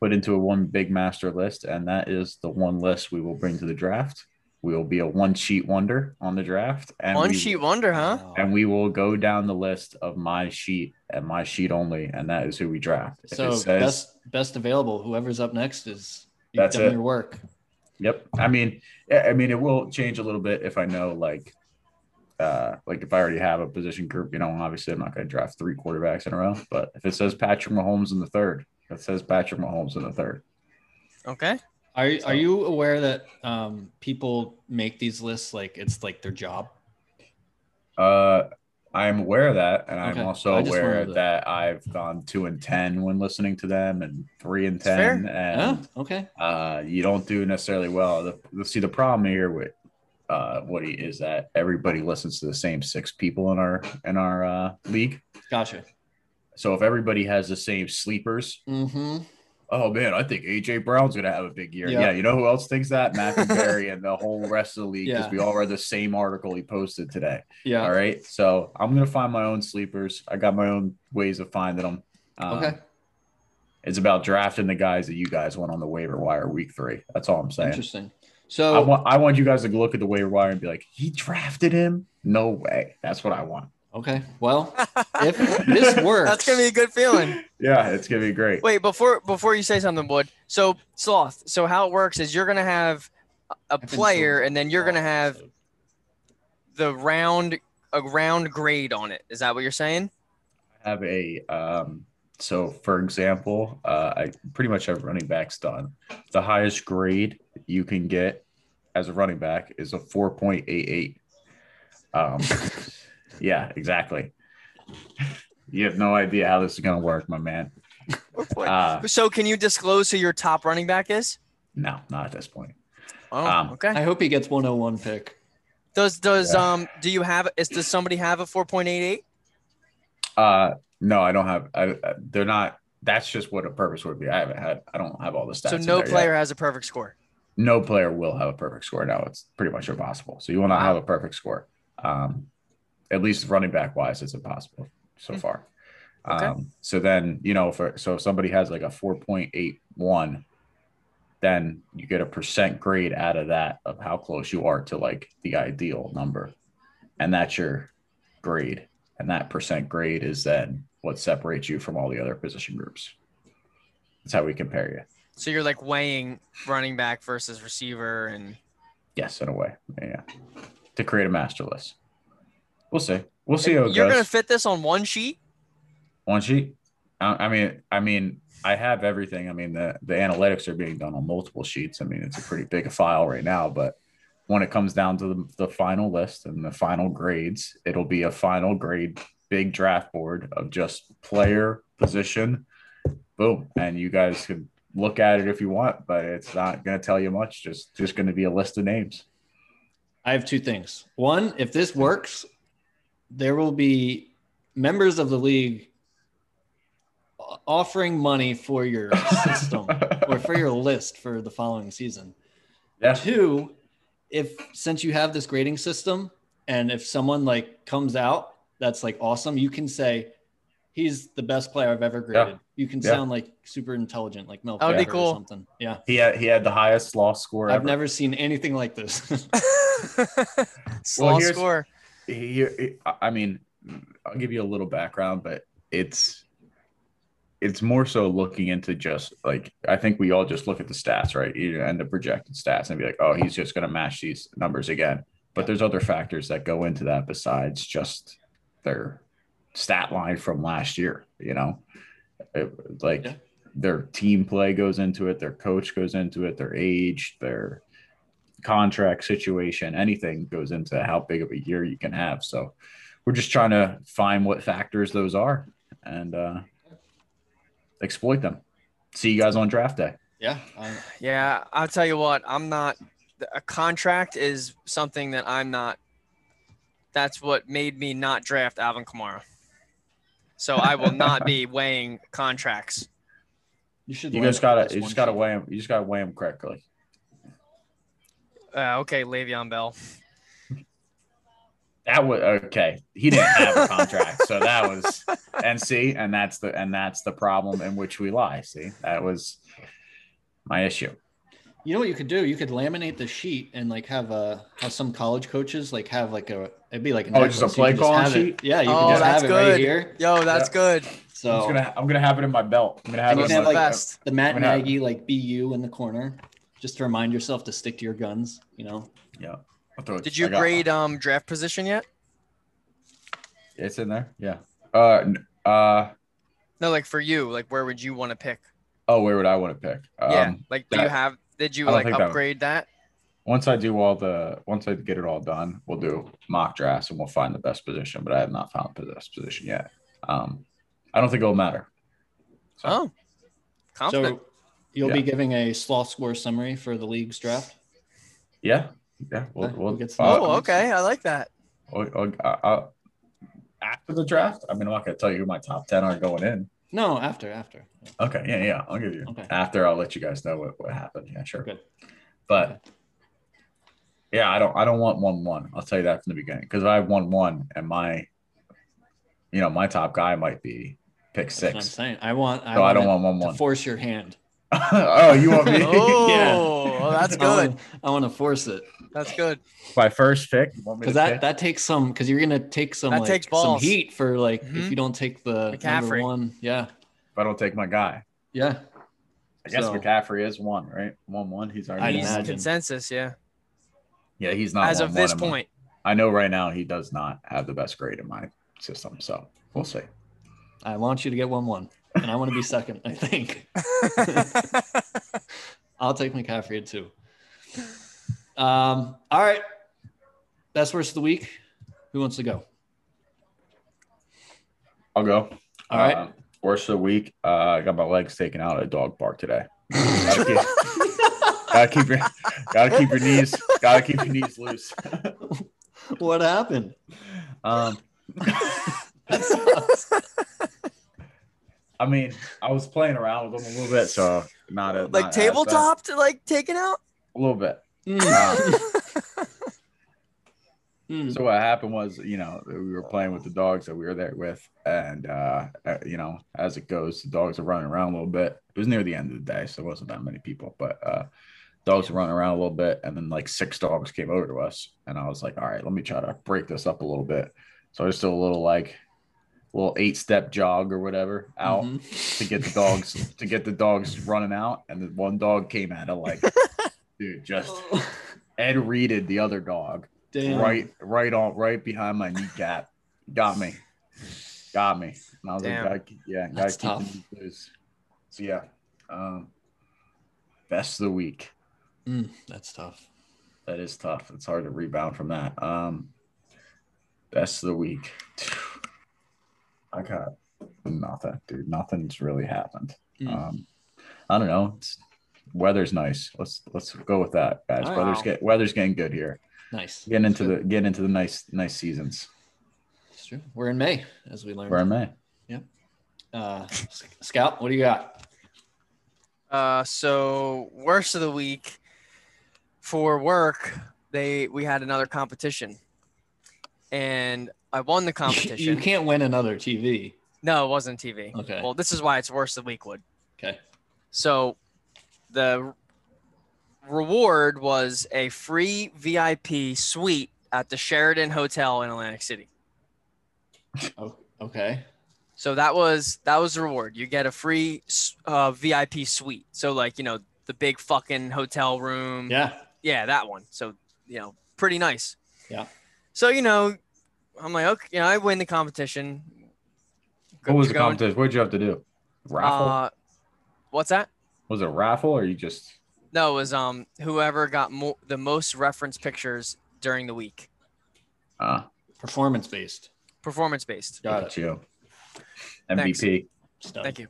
put into a one big master list, and that is the one list we will bring to the draft. We will be a one sheet wonder on the draft, and One we- sheet wonder, huh? Wow. and we will go down the list of my sheet and my sheet only, and that is who we draft. If so it says- best best available. Whoever's up next is you've That's done it. your work. Yep. I mean, I I mean, it will change a little bit if I know like, uh, like if I already have a position group, you know, obviously I'm not going to draft three quarterbacks in a row. But if it says Patrick Mahomes in the third, it says Patrick Mahomes in the third. Okay. Are you So- are you aware that um, people make these lists like it's like their job? Uh, I'm aware of that, and I'm Okay. also I just aware wanted to- that. I've gone two and ten when listening to them, and three and It's fair. ten, and Yeah. Okay. uh, you don't do necessarily well. The, the- see, the problem here with uh, Woody is that everybody listens to the same six people in our in our uh, league. Gotcha. So if everybody has the same sleepers, Mm-hmm. oh man, I think AJ Brown's gonna have a big year. Yeah. Yeah, you know who else thinks that? Matthew Berry and the whole rest of the league because Yeah. we all read the same article he posted today. Yeah. All right, so I'm gonna find my own sleepers. I got my own ways of finding them. Um, Okay. It's about drafting the guys that you guys want on the waiver wire week three. That's all I'm saying. Interesting. I So want I want you guys to look at the waiver wire and be like, he drafted him? No way. That's what I want. okay. Well, if this works, That's gonna be a good feeling. Yeah, it's gonna be great. Wait, before before you say something, Wood. So sloth. So how it works is you're gonna have a- a I've been so player, and then you're gonna lost, have so- the round a round grade on it. Is that what you're saying? I have a um so for example, uh I pretty much have running backs done. The highest grade you can get as a running back is a 4.88. Um yeah, exactly. You have no idea how this is gonna work, my man. Uh, so can you disclose who your top running back is? no, not at this point. Oh, Um, okay. I hope he gets 101 pick. Does does Yeah. um do you have is does somebody have a 4.88? Uh, no, I don't have. I, I- they're not. That's just what a purpose would be. I haven't had. I don't have all the stats. So in no there yet. player has a perfect score. No player will have a perfect score. Now it's pretty much impossible. So you will not have a perfect score. Um, at least running back wise, it's impossible so Hmm. far. Okay. Um, so then you know, for so if somebody has like a four point eight one, then you get a percent grade out of that of how close you are to like the ideal number, and that's your grade. And that percent grade is then what separates you from all the other position groups. That's how we compare you. So you're like weighing running back versus receiver and Yes, in a way. Yeah. To create a master list. We'll see. We'll see how it you're goes. gonna fit this on one sheet? One sheet. I, I mean, I mean, I have everything. I mean, the the analytics are being done on multiple sheets. I mean, it's a pretty big file right now, but when it comes down to the, the final list and the final grades, it'll be a final grade big draft board of just player position. Boom, and you guys can look at it if you want, but it's not going to tell you much. Just just going to be a list of names. I have two things. One, if this works, there will be members of the league o- offering money for your system or for your list for the following season. yeah. Two, if since you have this grading system and if someone like comes out that's like awesome, you can say he's the best player I've ever graded. You can Yeah. sound like super intelligent, like Mel That would be Kiper cool. or something. Yeah. He had he had the highest loss score. I've ever. never seen anything like this. Slow here's- score. He, he- I I mean, I'll give you a little background, but it's it's more so looking into just like I think we all just look at the stats, right? You know, and the projected stats, and be like, oh, he's just going to match these numbers again. But there's other factors that go into that besides just their stat line from last year. You know, It- like Yeah. their team play goes into it, their coach goes into it, their age, their contract situation, anything goes into how big of a year you can have. So we're just trying to find what factors those are and uh, exploit them. See you guys on draft day. yeah. I- Yeah, I'll tell you what, I'm not a contract is something that I'm not That's what made me not draft Alvin Kamara. So I will not be weighing contracts. You should. You learn just gotta, this you one just gotta sheet. weigh them. You just gotta weigh them correctly. Uh, okay, Le'Veon Bell. That was okay. He didn't have a contract, so that was and see, and that's the and that's the problem in which we lie. See, that was my issue. You know what you could do? You could laminate the sheet and like have a how some college coaches like have like a it'd be like an Oh, just a necklace. You play could calling have it- sheet? Yeah, you Oh, can just that's have it right good. here. Yo, that's Yeah. good. I'm, just So gonna, I'm gonna have it in my belt. I'm gonna have And it. you In can have, my, the like, best. the Matt We're not- Nagy like BU in the corner, just to remind yourself to stick to your guns. You know, yeah. I'll throw it- Did you uh, I got- grade um draft position yet? It's in there. Yeah. Uh. n- Uh. No, like for you, like where would you want to pick? Oh, where would I want to pick? Um, yeah, like do you that- have? Did you I don't like think that would- upgrade that? Once I do all the, once I get it all done, we'll do mock drafts and we'll find the best position. But I have not found the best position yet. Um. I don't think it'll matter. So- Oh, confident. so you'll be Yeah. giving a sloth score summary for the league's draft. Yeah. Yeah. We'll. Okay, we'll we'll get some- uh, oh, okay, I like that. I'll- I'll- I'll- I'll- uh, after the draft, I mean, I'm not going to tell you who my top 10 are going in. No, after after. Okay. Yeah. Yeah. I'll give you. Okay. After, I'll let you guys know what, what happened. Yeah. Sure. Good. But Okay. yeah, I don't, I don't want 1 1. I'll tell you that from the beginning because I have 1 1 and my, you know, my top guy might be pick That's what I'm six. saying. I want. I So I don't it want 1 to 1. force your hand. oh, you want me? Oh, Yeah. well, Um, that's I wanna- good. I want to force it That's good. my first pick? You want me to because that pick? that takes some because you're gonna take some That like takes some balls. heat for like if Mhm. you don't take the number McCaffrey. one. Yeah, if I don't take my guy, yeah. I guess So- McCaffrey is one, right? 1 1. He's already I'd He's imagine. consensus, yeah. Yeah. He's not As of 1-1 this in my- point, I know right now he does not have the best grade in my system, so we'll see. I want you to get one one, and I want to be second. I think I'll take McCaffrey at two. Um. All right. Best worst of the week. Who wants to go? I'll go. All right. Uh, worst of the week. Uh, I got my legs taken out at a dog park today. gotta, keep, gotta keep your gotta keep your knees gotta keep your knees loose. what happened? Um, I mean, I was playing around with them a little bit, so not a like not as bad. tabletop to like taken out. a little bit. Mm, Um, mm. So what happened was, you know, we were playing with the dogs that we were there with, and uh, uh, you know, as it goes, the dogs are running around a little bit. It was near the end of the day, so it wasn't that many people, but uh, dogs were running around a little bit, and then like six dogs came over to us, and I was like, all right, let me try to break this up a little bit. So I just did a little like, little eight step jog or whatever out Mhm. to get the dogs to get the dogs running out, and then one dog came at it like, dude, just Ed Reeded the other dog Damn. right right on right behind my kneecap. Got me. Got me. And I was Damn. like, gotta keep- yeah, gotta That's keep the tough. knees loose. So yeah. Um best of the week. Mm, that's tough. That is tough. It's hard to rebound from that. Um best of the week. I got nothing, dude. Nothing's really happened. Mm. Um I don't know. It's weather's nice. Let's let's go with that, guys. All right. Weather's get weather's getting good here. nice. Getting into the getting into the nice nice seasons. It's true. We're in May, as we learned. We're in May. Uh, S- Scout, what do you got? Uh, so worst of the week for work, they we had another competition, and I won the competition. You can't win another TV. No, it wasn't TV. Okay. Well, this is why it's worse than Weekwood. Okay. So the reward was a free VIP suite at the Sheridan Hotel in Atlantic City. Oh, okay. So that was that was the reward. You get a free uh, VIP suite. So like you know the big fucking hotel room. Yeah. Yeah, that one. So, you know, pretty nice. Yeah. So, you know, I'm like, okay, you know, I win the competition. What was You're the going- competition? What'd you have to do? Raffle? Uh, what's that? was it raffle or you just? No, it was um whoever got mo- the most reference pictures during the week, Uh, Performance based. performance based. Got look it. at you. Thanks. MVP. Stud. Thank you.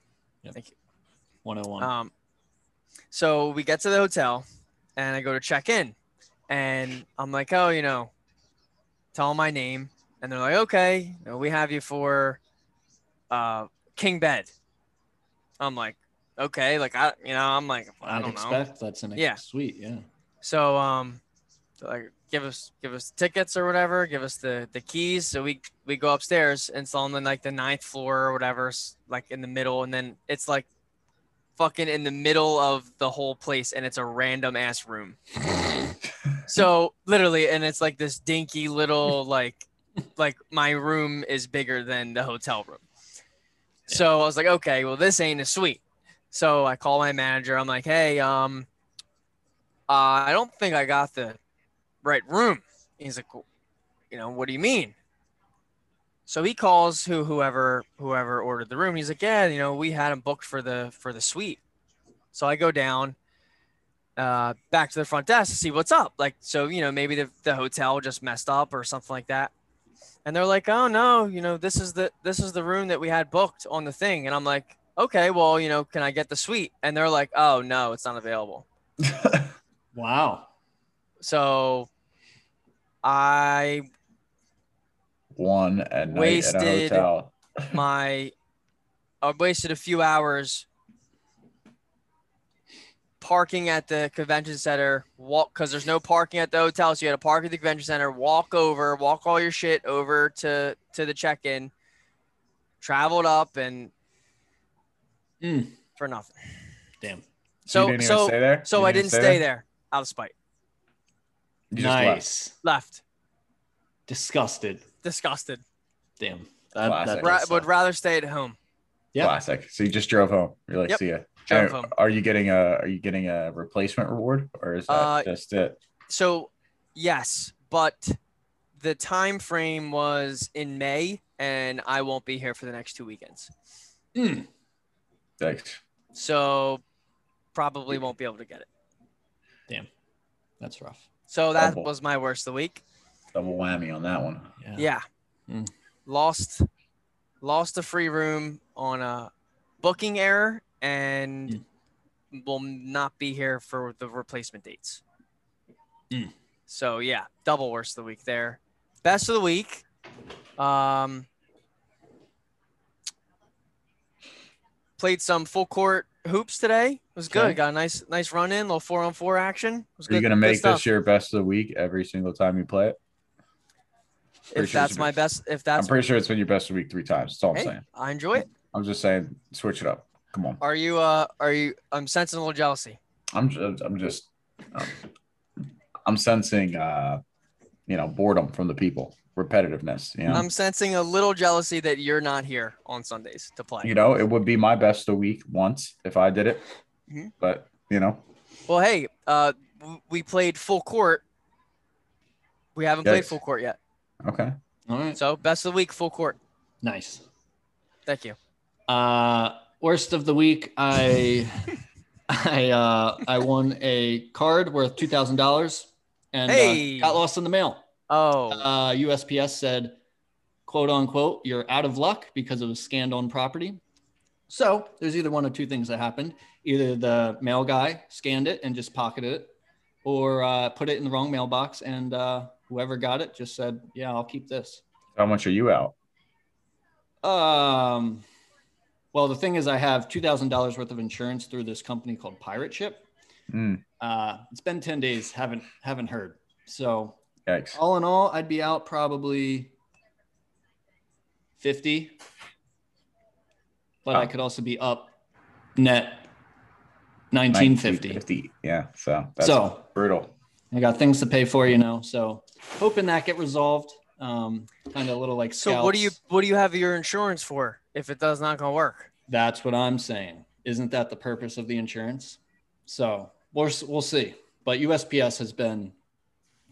One hundred and one. Um, so we get to the hotel, and I go to check in, and I'm like, oh, you know, tell 'em my name, and they're like, okay, you know, we have you for uh, King Bed. I'm like, okay, like I, you know, I'm like, I I'd don't know. expect that's an ex- Yeah. sweet. Yeah. So um, they're like give us give us tickets or whatever, give us the the keys. So we we go upstairs and it's on the like the ninth floor or whatever, s- like in the middle, and then it's like fucking in the middle of the whole place, and it's a random ass room. so literally, and it's like this dinky little like like my room is bigger than the hotel room. So I was like, okay, well this ain't a suite. So I call my manager. I'm like, hey, um, uh, I don't think I got the right room. He's like, you know, what do you mean? So he calls who whoever whoever ordered the room. He's like, yeah, you know, we had him booked for the for the suite. So I go down uh, back to the front desk to see what's up. Like, so you know, maybe the, the hotel just messed up or something like that. And they're like, oh no, you know, this is the this is the room that we had booked on the thing. And I'm like, okay, well, you know, can I get the suite? And they're like, oh no, it's not available. Wow. So I One at night at a Wasted. hotel. my I wasted a few hours parking at the convention center walk because there's no parking at the hotel so you had to park at the convention center walk over walk all your shit over to to the check-in traveled up and Mm. for nothing Damn. you so didn't even so stay there. so You i didn't stay there? out of spite You just left. nice. left Disgusted. disgusted Damn. That, Classic. does Ra- suck. would rather stay at home Yeah. Classic. So you just drove home. You're like, Yep. see ya. Drove Are- home. Are you getting a Are you getting a replacement reward, or is that Uh, just it? so yes but the time frame was in may and i won't be here for the next two weekends Mm. Thanks. so probably won't be able to get it That's rough. so that Double. was my worst of the week Double whammy on that one. Yeah. yeah Mm. lost lost a free room on a booking error and Mm. will not be here for the replacement dates Mm. so yeah double worst of the week there best of the week um played some full court hoops today it was good Okay. got a nice nice run in little four on four action It was Are you good- gonna good make stuff. this your best of the week every single time you play it? Pretty if sure that's it's- my best if I'm that's pretty sure it's been your best of the week three times. That's all I'm hey, saying. i enjoy it I'm just saying, switch it up. Come on. Are you uh are you I'm sensing a little jealousy. I'm just, I'm just, um, I'm sensing, uh, you know, boredom from the people, repetitiveness. You know, I'm sensing a little jealousy that you're not here on Sundays to play. you know, it would be my best of the week once if I did it, Mm-hmm. Mhm. but you know, Well, hey, uh w- we played full court. We haven't played Yikes. full court yet. okay. All right. So, best of the week full court. Nice. Thank you. Uh, worst of the week, I, I, uh, I won a card worth two thousand dollars, and uh, Hey. got lost in the mail. Oh, Uh, USPS said, "quote unquote," you're out of luck because it was scanned on property. So there's either one of two things that happened: either the mail guy scanned it and just pocketed it, or uh, put it in the wrong mailbox, and uh, whoever got it just said, "Yeah, I'll keep this." How much are you out? Um, well, the thing is, I have two thousand dollars worth of insurance through this company called Pirate Ship. Mm, Uh, it's been ten days, haven't haven't heard. So yikes. all in all, I'd be out probably fifty, but I Wow. could also be up net nineteen fifty. 1950. Yeah. So that's So brutal. I got things to pay for, you know. So hoping that get resolved. Um, kind of a little like so what do you scouts. what do you have your insurance for if it does not going to work? That's what I'm saying. Isn't that the purpose of the insurance? So we'll, we'll see. But USPS has been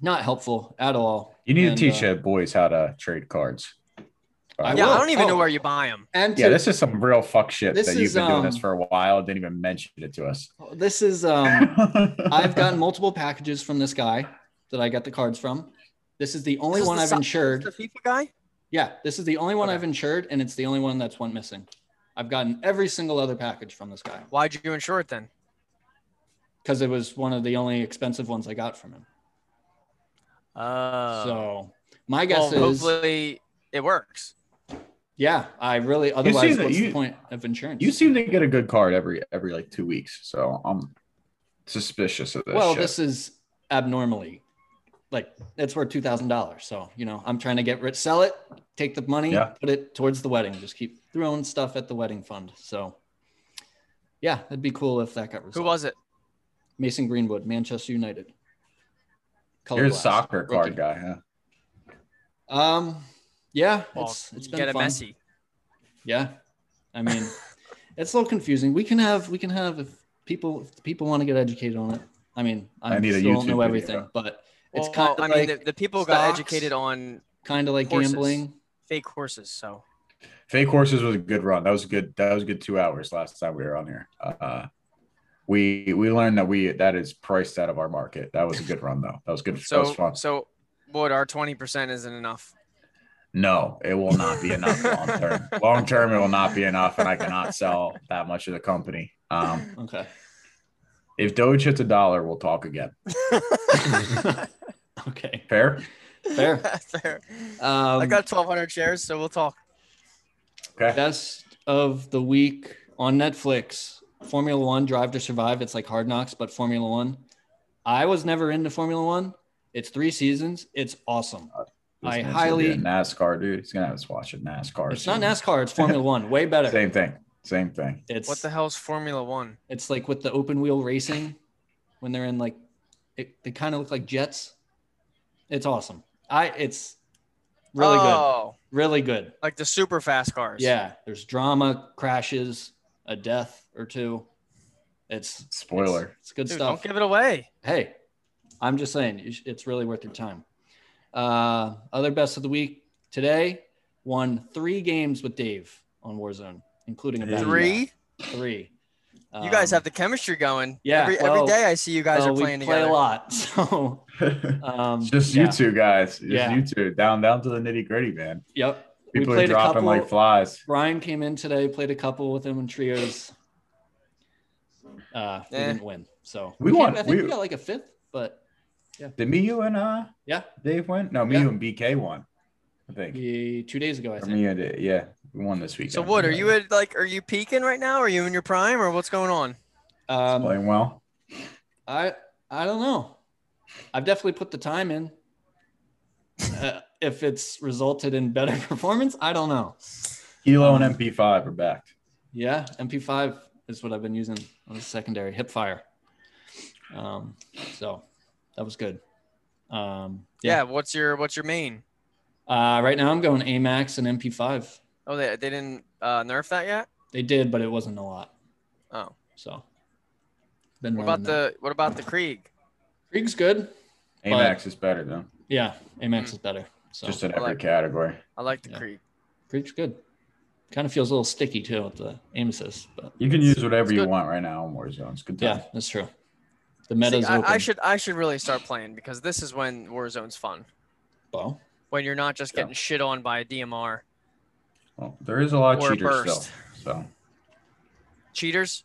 not helpful at all. You need And, to teach uh, uh, boys how to trade cards. I yeah, will. I don't even know Oh. where you buy them. And Yeah, to- this is some real fuck shit This that you've is, been doing this um, for a while. Didn't even mention it to us. this is um, I've gotten multiple packages from this guy that I got the cards from. This is the only This is one the I've si- insured. The FIFA guy? yeah, this is the only one Okay. I've insured, and it's the only one that's went missing. I've gotten every single other package from this guy Why'd you insure it then? because it was one of the only expensive ones I got from him. Uh, so My guess well, is, hopefully it works. yeah, I really. Otherwise, that- what's you- the point of insurance? You seem to get a good card every every like two weeks, so I'm suspicious of this. well, shit. this is abnormally, like it's worth two thousand dollars. So you know, I'm trying to get rich, sell it, take the money, Yeah. put it towards the wedding. Just keep throwing stuff at the wedding fund. So, yeah, it'd be cool if that got resolved. Who was it? Mason Greenwood, Manchester United. Color Here's a glass, soccer card rookie. guy, huh? Um, yeah, Well, it's it's you been get a fun. messy. Yeah, I mean, it's a little confusing. We can have we can have if people if people want to get educated on it. I mean, I'm, I need a still don't YouTube know video. everything, but it's Well, kind of I like mean, the, the people got stocks. educated on kind of like horses. gambling. fake horses, so Fake horses was a good run. That was a good. That was a good two hours last time we were on here. Uh, we we learned that we that is priced out of our market. That was a good run though. That was good. that was so fun. so. What our twenty percent isn't enough. No, it will not be enough long term. long term, it will not be enough, and I cannot sell that much of the company. Um, Okay. if Doge hits a dollar, we'll talk again. okay. Fair. Fair. Fair. Um, I got twelve hundred shares, so we'll talk. Okay. best of the week on Netflix. Formula One Drive to Survive. It's like Hard Knocks, but Formula One. I was never into Formula One. It's three seasons. It's awesome. I This is highly- gonna be a NASCAR dude. He's gonna have us watching NASCAR. It's not soon. NASCAR. It's Formula One. Way better. Same thing. Same thing. It's What the hell's Formula One? it's like with the open wheel racing when they're in like it, they kind of look like jets. It's awesome. I it's really oh, good. Really good. like the super fast cars. Yeah, there's drama, crashes, a death or two. It's Spoiler. It's, it's good Dude, stuff. don't give it away. hey, I'm just saying you sh- it's really worth your time. Uh, other best of the week today won three games with Dave on Warzone, including a bad Three. guy. Three. You guys Um, have the chemistry going. yeah, Every, well- every day I see you guys well, are playing Um, oh, we play together. a lot, so um, It's just yeah, you two guys. Just Yeah. you two. Down down to the nitty gritty, man. Yep, People are played a dropping like couple- flies. Brian came in today, played a couple with him in trios. Uh, we Eh. didn't win, so We came- won- I think we, we- got like a fifth, but Did me, you, and uh, Yeah. Dave win? No, me, Yeah. you, and BK won. I think. we, two days ago, I Or think. me and it- yeah, we won this weekend. So what are you at? Like, are you peaking right now? Are you in your prime, or what's going on? Um, playing well? I I don't know. I've definitely put the time in. Uh, if it's resulted in better performance, I don't know. Hilo um, and MP5 are back. Yeah, MP5 is what I've been using on the secondary hip fire. Um, so that was good. Um, Yeah. yeah. What's your What's your main? Uh, right now I'm going AMAX and MP5. Oh, they, they didn't uh, nerf that yet. They did, but it wasn't a lot. Oh, So been what running about that. the What about the Krieg? Krieg's good. Amax is better though, Yeah, AMAX is better. So just in I every like- category. I like the Yeah. Krieg. Krieg's good. Kind of feels a little sticky too with the aim assist, but You can use whatever it's you good. want right now on Warzone. It's good time. yeah, that's true. The See, meta's open. I, I should I should really start playing because this is when Warzone's fun. Well, When you're not just Yeah. getting shit on by a DMR Well, there is a lot of Or cheaters burst. still. So cheaters.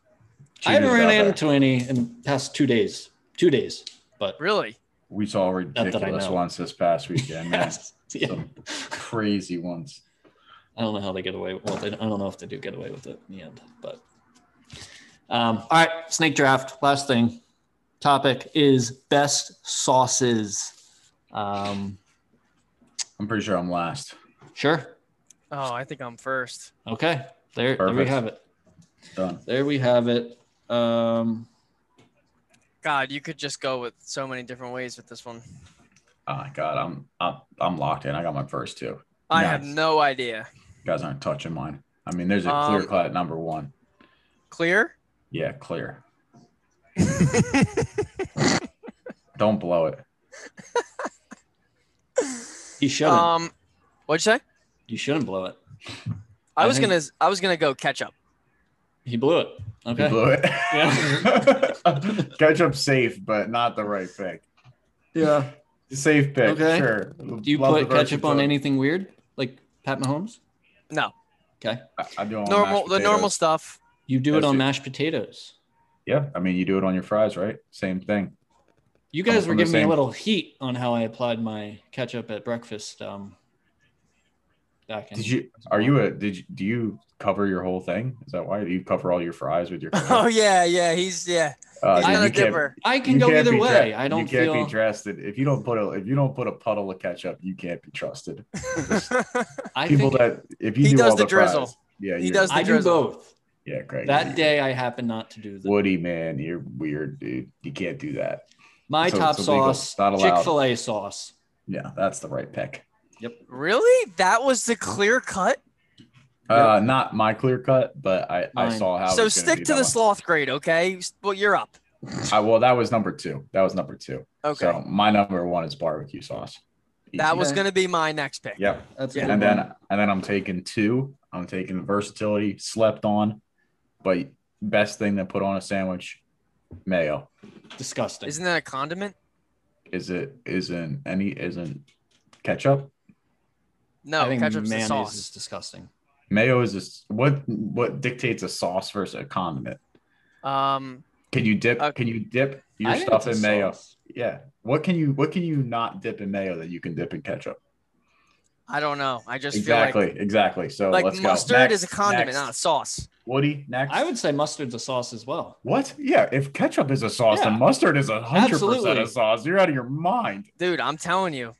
I haven't cheaters out ran there. into any in past two days. Two days, but Really? We saw I ridiculous know. ones this past weekend. man. yeah. Some crazy ones. I don't know how they get away. Well, they, I don't know if they do get away with it in the end. But um, all right, snake draft. Last thing. Topic is best sauces. Um, I'm pretty sure I'm last. sure. Oh, I think I'm first. Okay. There, there we Perfect. have it. Done. There we have it. Um, God, you could just go with so many different ways with this one. Oh my god, I'm I'm, I'm locked in. I got my first two. I have Nice. no idea. You guys aren't touching mine. I mean, there's a Um, clear cut at number one. Clear? Yeah, clear. Don't blow it. you shouldn't. Uh, Um, what'd you say? you shouldn't blow it. I, I was think- gonna I was gonna go ketchup. He blew it. You Okay. blew it. Yeah. Ketchup safe, but not the right pick. Yeah. Safe pick, Okay. sure. Do you Love the put ketchup on versatility. anything weird like Pat Mahomes? No, Okay. I, I do it on normal Oh, mashed the normal potatoes. stuff. You do it That's on it. mashed potatoes. Yeah, I mean, you do it on your fries, right? Same thing. You guys Oh, I'm were the giving me a same. little heat on how I applied my catch up at breakfast. Um, back in Did you? Are you a? Did you, do you cover your whole thing? Is that why do you cover all your fries with your? Oh yeah, yeah. He's yeah. Uh, He's dude, not you a can't- dipper. I can you go can't either be way. dre- I don't you can't feel be trusted if you don't put a if you don't put a puddle of ketchup, you can't be trusted. I People think that if you He do does all the the, drizzle. fries- yeah, He you're- does- I do drizzle. both. Yeah, Greg. That you- day I happened not to do them. Woody man, you're weird, dude. You can't do that. My So top it's illegal. sauce, Not allowed. Chick Fil A sauce. Yeah, that's the right pick. really? That was the clear cut. Uh, not my clear cut, but I, I Mine. saw how. so it's gonna be stick to done. the sloth grade, okay? Well, you're up. I, well, that was number two. That was number two. Okay. So my number one is barbecue sauce. that was Okay. gonna be my next pick. Yep. That's Yeah. a good And then one. and then I'm taking two. I'm taking versatility, slept on, but best thing to put on a sandwich, mayo. disgusting. Isn't that a condiment? Is it isn't any isn't ketchup? I No, think ketchup's Oh, the mayonnaise sauce. is disgusting. Mayo is this what what dictates a sauce versus a condiment? Um, Can you dip Okay. can you dip your I think stuff it's in a mayo? sauce. Yeah. What can you what can you not dip in mayo that you can dip in ketchup? I don't know. I just exactly, exactly. So feel like let's like go. mustard Next, is a condiment, next. not a sauce. Woody, next. I would say mustard's a sauce as well. What? Yeah, if ketchup is a sauce, Yeah. then mustard is a hundred percent Absolutely. a sauce. You're out of your mind. Dude, I'm telling you.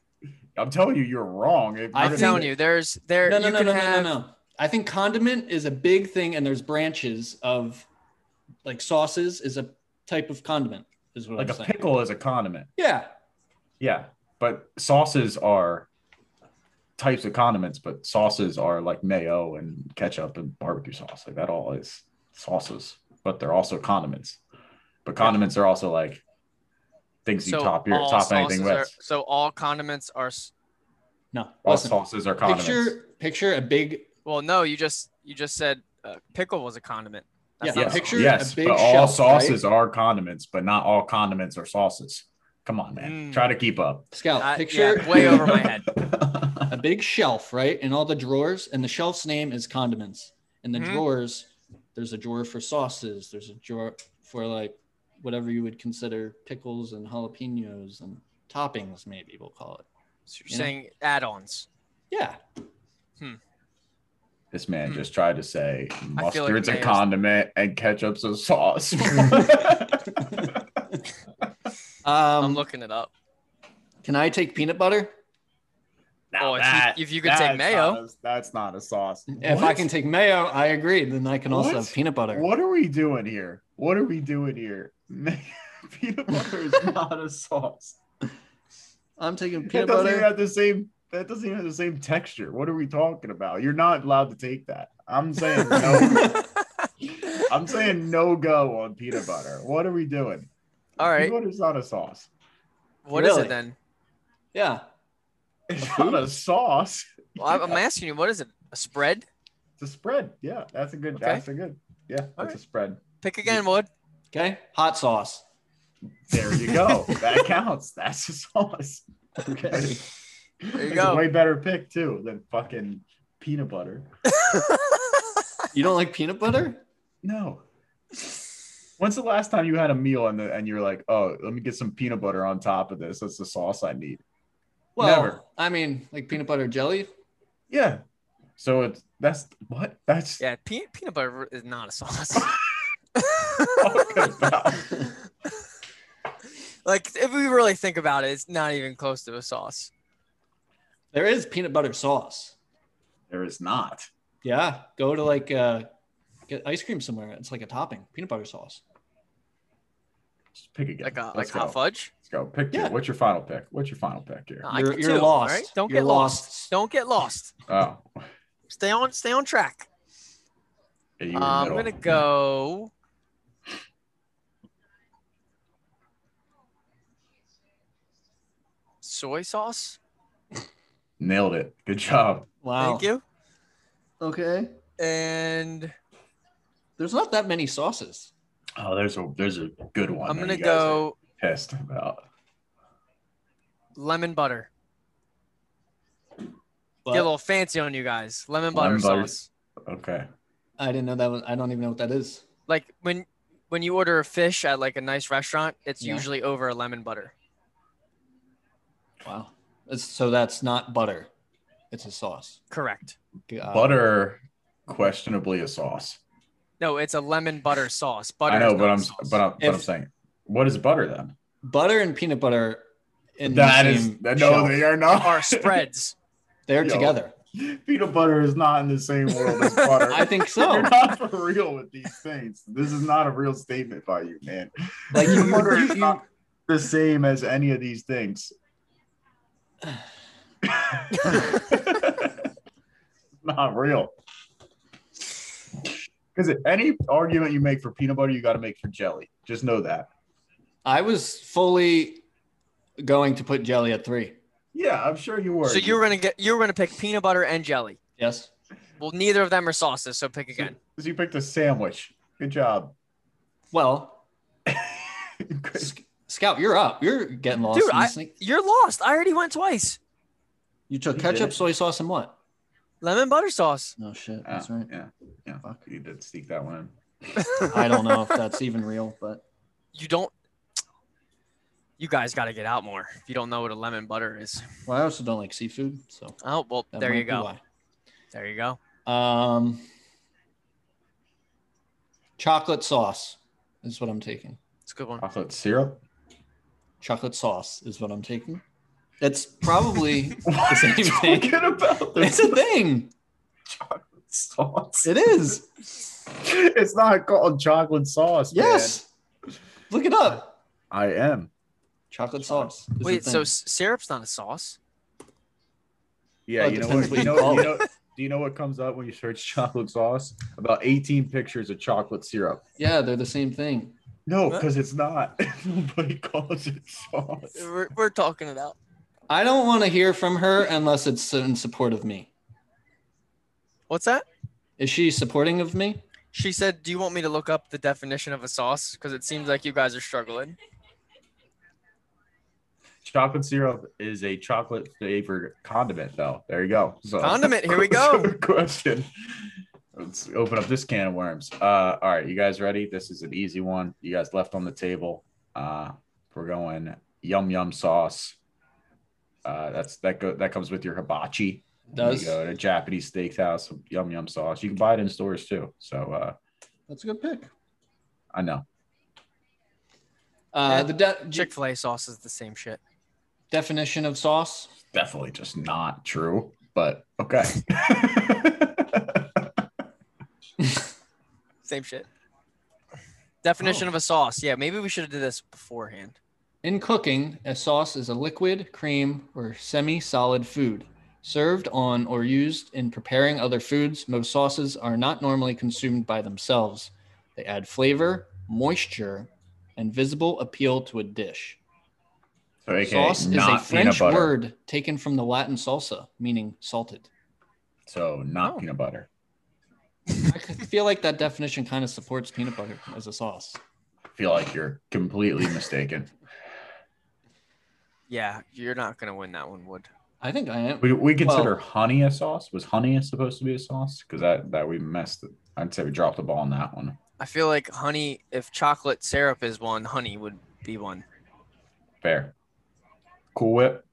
I'm telling you, you're wrong. If I I'm you're telling gonna- you, there's there No, you no, no, can no, no, have no, no. I think condiment is a big thing, and there's branches of like sauces is a type of condiment. Is what like I'm a saying. pickle is a condiment. Yeah, Yeah, but sauces are types of condiments, but sauces are like mayo and ketchup and barbecue sauce. Like that all is sauces, but they're also condiments. But condiments are also like things you so top your all top anything sauces with. are- so all condiments are s- no. all Listen, sauces are condiments. picture picture a big well, no, you just you just said uh, pickle was a condiment. That's Yeah, not a sauce. yes, picture- yes, a big but all shelf, right? sauces are condiments, but not all condiments are sauces. Come on, man, Mm. try to keep up. scout. I- picture yeah, way over my head. a big shelf, right? And all the drawers, and the shelf's name is condiments. And the Mhm. drawers, there's a drawer for sauces, there's a drawer for like whatever you would consider pickles and jalapenos and toppings, maybe we'll call it. So you're you know? saying add-ons. Yeah. This man Hmm. just tried to say I feel like mustard's a mayo's- condiment and ketchup's a sauce. I'm Um, looking it up. can I take peanut butter? Now Oh, if you- if you could that's take not mayo. a- that's not a sauce. If I What? can take mayo, I agree. Then I can also What? have peanut butter. What are we doing here? What are we doing here? Peanut butter is not a sauce. I'm taking That peanut doesn't even butter. have the same. That doesn't even have the same texture. What are we talking about? You're not allowed to take that. I'm saying no. I'm saying no go on peanut butter. What are we doing? All right. Peanut butter's not a sauce. What is Really? it then? Yeah. It's not a sauce. Well, I'm- I'm asking you, what is it? A spread? It's a spread. Yeah, that's a good. Okay. That's a good. Yeah, that's right. a spread. Pick again, Wood. Okay. Hot sauce. There you go. that counts. That's a sauce. Okay. There you go. a way better pick too than fucking peanut butter. you don't like peanut butter? No. When's the last time you had a meal and the, and you're like, oh, let me get some peanut butter on top of this. That's the sauce I need. Well, Never. I mean, like peanut butter jelly. Yeah. So it's that's what that's Yeah, pe- peanut butter is not a sauce. talking about. like if we really think about it, it's not even close to a sauce. There is peanut butter sauce. There is not. Yeah, go to like uh, get ice cream somewhere. It's like a topping, peanut butter sauce. Just pick again. Like a Let's like hot go. fudge. Let's go. Pick two. Yeah. What's your final pick? What's your final pick here? No, I you're get you're two, all lost. right? Don't You're get lost. Don't get lost. Oh, Stay on stay on track. yeah, you were in Uh, the I'm middle. gonna go. Soy sauce. Nailed it. Good job. Wow. Oh. Thank you. Okay. And There's not that many sauces. Oh, there's a there's a good one. I'm that gonna you guys are go pissed about. lemon butter. But Get a little fancy on you guys. Lemon butter Lemon butter. sauce. Okay. I didn't know that was. I don't even know what that is. Like when when you order a fish at like a nice restaurant, it's Yeah. usually over a lemon butter. Wow. It's, so that's not butter. It's a sauce. Correct. Uh, butter questionably a sauce. No, it's a lemon butter sauce. Butter. I is know, not but a I'm sauce. but I'm, but I'm If- saying, what is butter then? Butter and peanut butter. In That the is same no, shelf. they are not. are spreads. They're Yo. together. Peanut butter is not in the same world as butter. I think so. You're not for real with these things. This is not a real statement by you, man. Like you, Butter you, is you, not the same as any of these things. not real. Because any argument you make for peanut butter, you got to make for jelly. Just know that. I was fully going to put jelly at three. Yeah, I'm sure you were. So you were gonna get you were gonna pick peanut butter and jelly. Yes. Well, neither of them are sauces, so pick again. So you picked a sandwich. Good job. Well, Sc- Scout, you're up. You're getting lost. Dude, in this thing. You're lost. I already went twice. You took You ketchup, did. soy sauce, and what? Lemon butter sauce. No Oh, shit. Yeah, That's right. Yeah, yeah. Fuck. You did sneak that one I don't know if that's even real, but You don't. You guys got to get out more if you don't know what a lemon butter is. well, I also don't like seafood, so Oh well, that there might you be go. why. There you go. Um, chocolate sauce is what I'm taking. It's a good in. one. Chocolate syrup. Chocolate sauce is what I'm taking. It's probably What same are you thing. talking about? it's a thing. chocolate sauce. It is. It's not called chocolate sauce. man. Yes. Look it up. I am. Chocolate sauce. is a Wait, so thing. s- syrup's not a sauce? Yeah, Well, it you know depends what? what You you know, call you know, do you know what comes up when you search chocolate sauce? About 18 pictures of chocolate syrup. yeah, they're the same thing. No, What? because it's not. Nobody calls it sauce. We're, we're talking it out. I don't want to hear from her unless it's in support of me. What's that? Is she supporting of me? She said, "Do you want me to look up the definition of a sauce? Because it seems like you guys are struggling." Chocolate syrup is a chocolate flavored condiment, though. There you go. So, Condiment, here we go. Question. Let's open up this can of worms. Uh, all right, you guys ready? This is an easy one. You guys left on the table. Uh, we're going yum yum sauce. Uh, that's that go that comes with your hibachi. When Does you go to a Japanese steakhouse, yum yum sauce. You can buy it in stores too. So uh, that's a good pick. I know. Uh, Yeah. the de- Chick Fil A sauce is the same shit. definition of sauce. Definitely just not true, but okay. Same shit. Oh. Definition of a sauce. Yeah, maybe we should have did this beforehand. In cooking, a sauce is a liquid, cream, or semi solid food served on or used in preparing other foods. Most sauces are not normally consumed by themselves, they add flavor, moisture, and visible appeal to a dish. so, AKA, sauce is a not French peanut butter. word taken from the Latin salsa, meaning salted. So not Oh. peanut butter. I feel like that definition kind of supports peanut butter as a sauce. I feel like you're completely mistaken. Yeah, you're not gonna win that one, Wood. I think I am. We, we consider Well- honey a sauce. Was honey supposed to be a sauce? Because that that we messed. It. I'd say we dropped the ball on that one. I feel like honey. If chocolate syrup is one, honey would be one. Fair. Cool whip.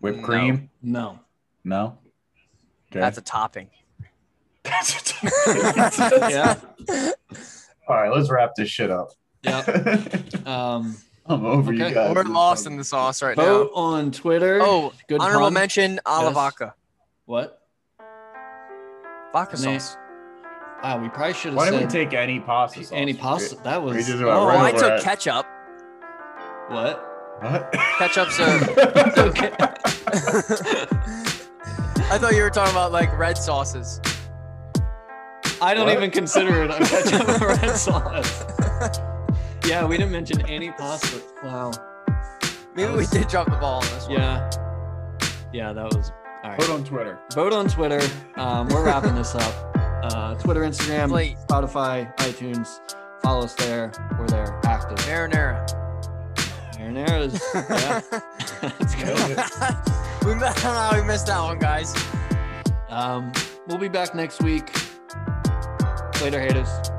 Whipped No. cream. No. No. Okay. That's a topping. That's a- Yeah. All right, let's wrap this shit up. Yeah. Um, I'm over you Okay. guys. We're lost in the sauce right vote on Twitter. now. Oh, Good honorable pun. mention: ala Yes. vodka, What? vodka Nah. sauce. Wow, Ah, we probably should have Why said don't we take any pasta sauce? any pasta. That was just went oh, Oh, I right over took it. ketchup. what? What? Ketchup's a. I thought you were talking about like red sauces. I don't What? even consider it a ketchup and red sauce. Yeah, we didn't mention any pasta. Wow. Maybe That we was- did drop the ball on this one. Yeah. Yeah, that was all right. Put on Twitter. Vote on Twitter. Um, we're wrapping this up. Uh, Twitter, Instagram, Plate. Spotify, iTunes. Follow us there. We're there. Active. Marinara. Marinara's. Yeah. That's good. Nailed it. we, missed, we missed that one, guys. Um, we'll be back next week. Later, haters.